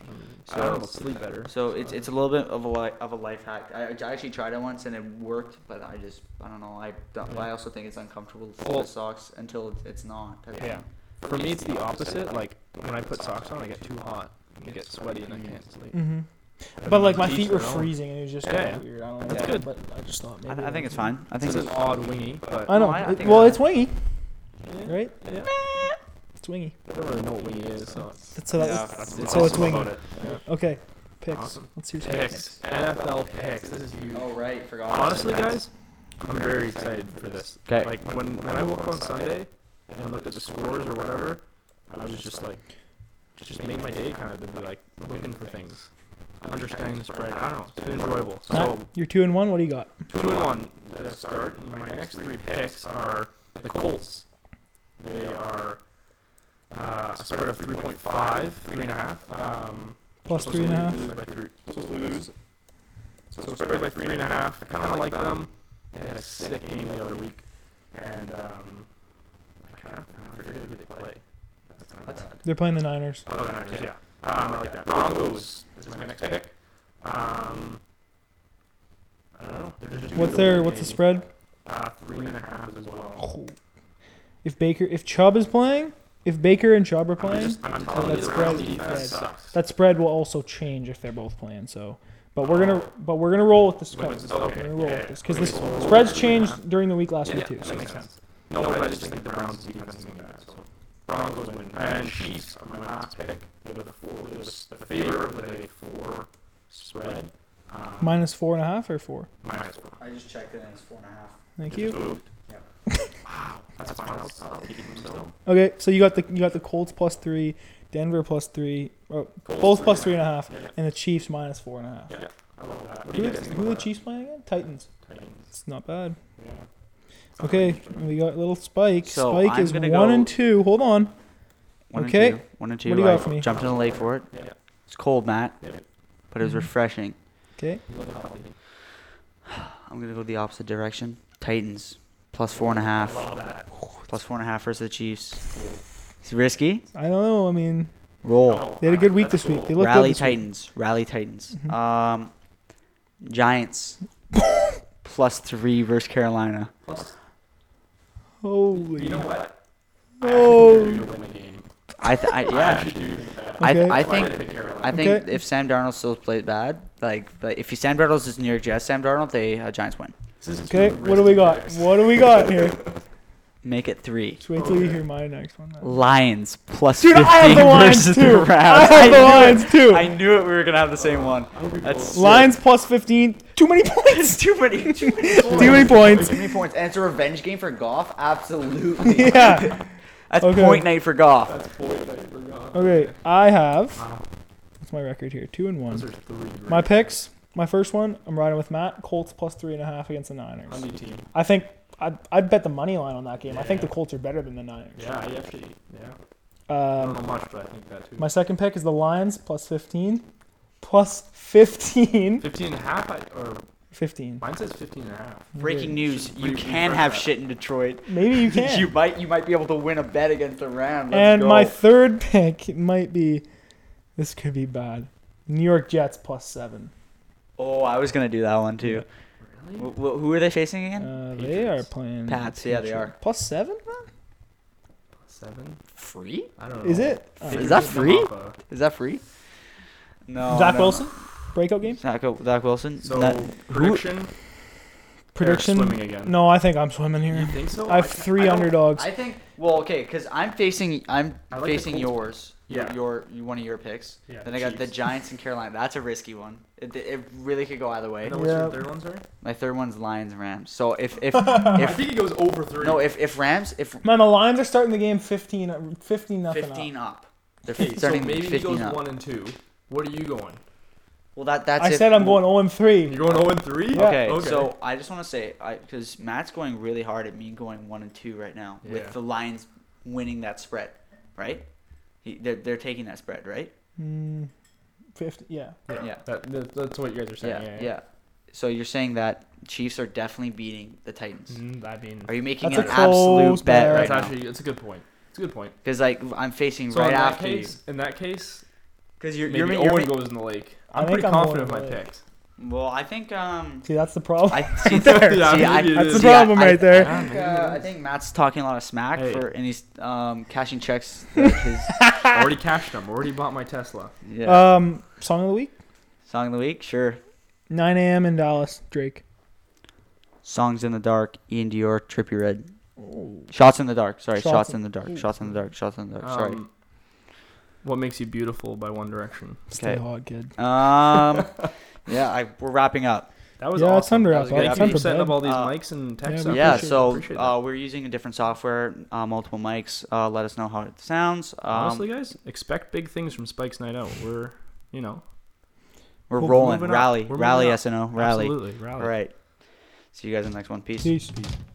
A: So-
C: I don't know, it'll sleep better.
A: So it's it's a little bit of a li- of a life hack. I, I actually tried it once and it worked, but I just I don't know. I don't, I also think it's uncomfortable for
C: Well-
A: the socks until it's- it's not. That's-
C: Yeah. For me, it's the opposite. Like when I put socks on, I get too hot, I get sweaty, and I can't sleep.
B: Mm-hmm.
C: I
B: But
C: mean,
B: like my
C: each
B: feet
C: their
B: were
C: own.
B: freezing, and it was just
C: Yeah, yeah.
B: kinda weird. I don't know.
C: That's
B: why,
C: good.
B: But I just thought
A: I,
B: maybe
A: th- I think it's fine. I think
C: This is
A: it's,
C: an odd wingy, but
B: I know.
A: No, I- I
B: it-
A: think
B: well,
A: I-
B: it's wingy,
C: yeah,
B: right?
C: yeah.
B: It's wingy.
C: I don't really know what wingy is. So it's,
B: That's, so that
A: Yeah,
B: was-
A: that's
B: so
A: awesome
B: it's wingy.
C: about it. Yeah.
B: Okay, picks.
C: Awesome.
B: Let's hear some picks.
C: Picks. NFL picks. This is huge.
A: oh right, forgot. about
C: Honestly,
A: that.
C: guys, I'm very excited for this.
A: 'Kay.
C: Like when when I woke up on Sunday and I looked at the scores or whatever, I was just like, just made my day kind of to be like looking for things, understanding the spread. I don't know. It's been enjoyable.
B: Matt,
C: So
B: you're two and one. What do you got?
C: two and one to start. and My next three picks are the Colts. They are uh, a spread of 3.5, three and a half. Um,
B: Plus
C: supposed
B: three and a
C: to
B: half.
C: lose by three- supposed to lose. So spread by three and a half. I kind of like them. They had a sick game the other week, and um, I kind of forget who they play. That's kind of bad.
B: They're playing the Niners.
C: Oh, the Niners, yeah. Um, I like that. Broncos is my next pick. Um, I don't know. They're just doing
B: What's their
C: okay.
B: What's the spread?
C: Uh, three and a half as well.
B: If Baker, if Chubb is playing, if Baker and Chubb are
C: I'm
B: playing,
C: just- I'm telling you,
B: That's
C: the Browns
B: spread.
C: defense
B: Yeah.
C: sucks.
B: that spread will also change if they're both playing. So, but we're gonna, but we're gonna roll with the spread.
C: it's- okay,
B: We're gonna roll
C: yeah,
B: with this because
C: yeah.
B: this
C: We're gonna roll
B: spreads
C: with three and a half.
B: changed during the week last week too.
C: that
B: So
C: makes sense. No, but I just think the Browns defense is going to be bad. So Broncos win. And Chiefs are my last pick. They're the four. They're the, the favorite of the day for spread. Um,
B: minus four and a half or four.
C: minus four.
A: I just checked it and it's four and a half.
B: Thank
C: Just
B: you.
C: moved. *laughs* wow, that's a final. I'll keep them still.
B: Okay, so you got the you got the Colts plus three, Denver plus three, or
C: Colts
B: both
C: three
B: plus
C: and a
B: three and a half,
C: Yeah,
B: and the Chiefs minus four and a half.
C: yeah. yeah. I love that. What do
B: Who
C: you
B: the,
C: guys think
B: who the
C: about
B: Chiefs playing again? Titans.
C: that? Titans.
B: It's not bad.
C: Yeah.
B: Okay, we got little Spike.
A: So,
B: Spike
A: I'm
B: is one
A: gonna go-
B: and two. Hold on.
A: One
B: Okay.
A: And two. One and two.
B: What do you
A: I
B: got for me?
A: Jumped in the lake for it.
C: Yeah.
A: It's cold, Matt,
C: Yeah.
A: but it was
B: Mhm.
A: refreshing.
B: Okay.
A: I'm gonna go the opposite direction. Titans plus four and a half.
C: Love that.
A: Plus four and a half versus the Chiefs. It's risky.
B: I don't know. I mean,
A: Roll.
B: they had a good week this week. They looked good
A: Rally
B: this week.
A: Titans. Rally Titans.
B: Mhm.
A: Um,
B: *laughs*
A: Giants plus three versus Carolina.
B: Holy.
C: You know what?
B: Oh.
A: I, th- I
C: I
A: yeah.
B: *laughs*
C: actually do.
A: I, th-
B: Okay.
A: I
C: Why
A: think
C: did they care about
A: I think
B: Okay.
A: if Sam Darnold still plays bad, like, but if Sam Darnold is New York Jets, Sam Darnold, they uh, Giants win.
C: it? This is
B: Okay,
C: too
B: what do we
C: risky
B: got?
C: picks.
B: What do we got here?
A: Make it three.
B: Just wait till you
C: Okay.
B: hear my next
A: *laughs*
B: one. then. *laughs*
A: Lions plus
B: Dude, I
A: 15
B: have the Lions
A: versus
B: too.
A: the Rams. *laughs*
B: I have the Lions too.
A: I knew it. We were gonna have the same one. That's *laughs*
B: Lions plus 15. Too many points.
A: It's *laughs* too
B: *laughs*
A: many. Too many
B: Too many points.
A: Too many points. And it's a revenge game for Goff. Absolutely.
B: *laughs* Yeah.
A: That's
B: Okay.
A: point night for Goff.
C: That's four that I forgot.
B: Okay, I have.
C: Wow,
B: What's my record here? Two and
C: those
B: one.
C: are three.
B: My
C: right?
B: picks. My first one. I'm riding with Matt. Colts plus three and a half against the Niners.
C: On the team.
B: I think I'd, I'd bet the money line on that game. I think the Colts are better than the Niners.
C: Yeah, I actually. Yeah. I don't
B: Um,
C: know much, but I think that too.
B: my second pick is the Lions plus 15. Plus
C: *laughs*
B: 15.
C: 15 and a half, I, or
B: 15.
C: mine says 15 and a half.
A: Breaking news:
C: Should
A: You
C: we
A: can
C: reverse
A: have
C: that?
A: shit in Detroit.
B: Maybe
C: *laughs*
B: you
A: *laughs*
B: can.
A: You might. You might be able to win a bet against the Rams. Let's
B: and
A: go.
B: my third pick might be this could be bad. New York Jets plus seven.
A: oh, I was gonna do that one too.
C: Really?
A: Wh- wh- who are they facing again?
B: Uh, they are
C: Patriots.
B: playing
A: Pats, yeah, they
B: Patriots.
A: are.
B: Plus seven? man?
C: Seven?
A: free?
C: I don't know.
B: Is it?
C: They
A: Is
C: could
A: that
C: just come
A: free?
C: off a-
A: Is that free? No.
B: Zach
A: no.
B: Wilson? Breakout game?
A: Zach, Zach Wilson.
C: So,
A: That-
C: prediction? Eric's
B: Prediction?
C: Swimming again.
B: No, I think I'm swimming
C: You
B: here.
C: think so?
B: I have
C: can't-
B: three
C: don't-
B: underdogs.
A: I think. Well, okay, because I'm facing. I'm
C: I like the
A: facing
C: Colts.
A: yours.
C: Yeah.
A: Your, your one of your picks.
C: Yeah,
A: then I got the
C: Chiefs.
A: Giants and Carolina. That's a risky one. It, it really could go either way.
C: And then what's your
B: Yeah.
C: third one, sorry?
A: My third one's Lions Rams. So if
B: *laughs*
A: if
C: I
A: if
C: think it goes over three.
A: no if if Rams if
B: Man, the Lions are starting the game 15, 15 nothing
A: fifteen
B: up.
A: up. They're
C: Okay, so
A: starting
C: maybe he goes
A: fifteen up.
C: one and two. What are you going?
A: Well, that that's.
B: I
A: if-
B: said I'm going 0 and 3.
C: You're going zero and three?
B: Yeah.
A: Okay, so I just want to say, because Matt's going really hard at me going one and two right now
C: Yeah.
A: with the Lions winning that spread, right? He, they're, they're taking that spread, right?
B: Mm, 50, yeah.
C: yeah,
A: yeah.
C: That, that- that's what you guys are
A: Yeah, yeah,
C: saying. Yeah, yeah.
A: So you're saying that Chiefs are definitely beating the Titans.
C: Mm, I mean,
A: Are you making
B: That's
A: an
B: a close
A: absolute bet
B: bet.
A: right
C: that's
A: now?
C: actually that's a good point. It's a good point.
A: Because like I'm facing
C: So
A: right
C: in that
A: after you.
C: case, in that case,
A: Because
C: maybe
A: you're you're, ma- you're
C: Owen
A: ma-
C: goes in the lake.
B: I
C: I'm
B: think
C: pretty
B: I'm
C: confident
B: going
C: with
B: in
C: my
B: the
C: picks.
A: well. I think um.
B: See, that's the problem. *laughs*
A: I see,
B: Oh, There.
A: see,
C: Yeah,
A: I,
C: maybe it
B: That's the
C: is.
A: see, I-
B: problem
A: I-
B: right there.
A: I think, uh, I think Matt's talking a lot of smack
C: Hey.
A: for and he's um cashing
B: *laughs*
A: checks. Like his,
C: already cashed them. Already bought my Tesla.
A: yeah.
B: Um, Song of the week?
A: Song of the week, sure.
B: 9 a.m. in Dallas. Drake.
A: Songs in the Dark, Ian Dior, Trippy Red.
B: Oh.
A: Shots in the Dark, sorry. Shots,
B: Shots
A: in,
B: in-
A: the Dark,
B: Ooh.
A: Shots in the Dark, Shots in the Dark, Oh, sorry.
C: Um, what makes you beautiful by One Direction?
B: Stay
A: Okay.
B: hot, kid.
A: Um,
C: *laughs*
A: yeah, I, we're wrapping up.
C: That was
B: yeah, it's time
C: awesome.
B: to
A: That
B: wrap
A: was
B: up.
A: good.
B: It's
C: Thank
B: time
C: you
B: for
C: for setting
B: bed.
C: up all these
A: Uh,
C: mics and tech
B: yeah,
C: stuff.
B: we
A: yeah,
B: appreciate it.
A: so
C: Appreciate that.
A: uh, we're using a different software, uh, multiple mics. Uh, let us know how it sounds. Um,
C: honestly, guys, expect big things from Spike's Night Out. We're, you know,
A: we're
B: we're
A: rolling.
C: moving up.
A: Rally,
C: We're moving
A: rally
C: up.
A: SNO, rally.
C: absolutely rally.
A: All right. See you guys in the next one. Peace.
B: Peace.
C: Peace.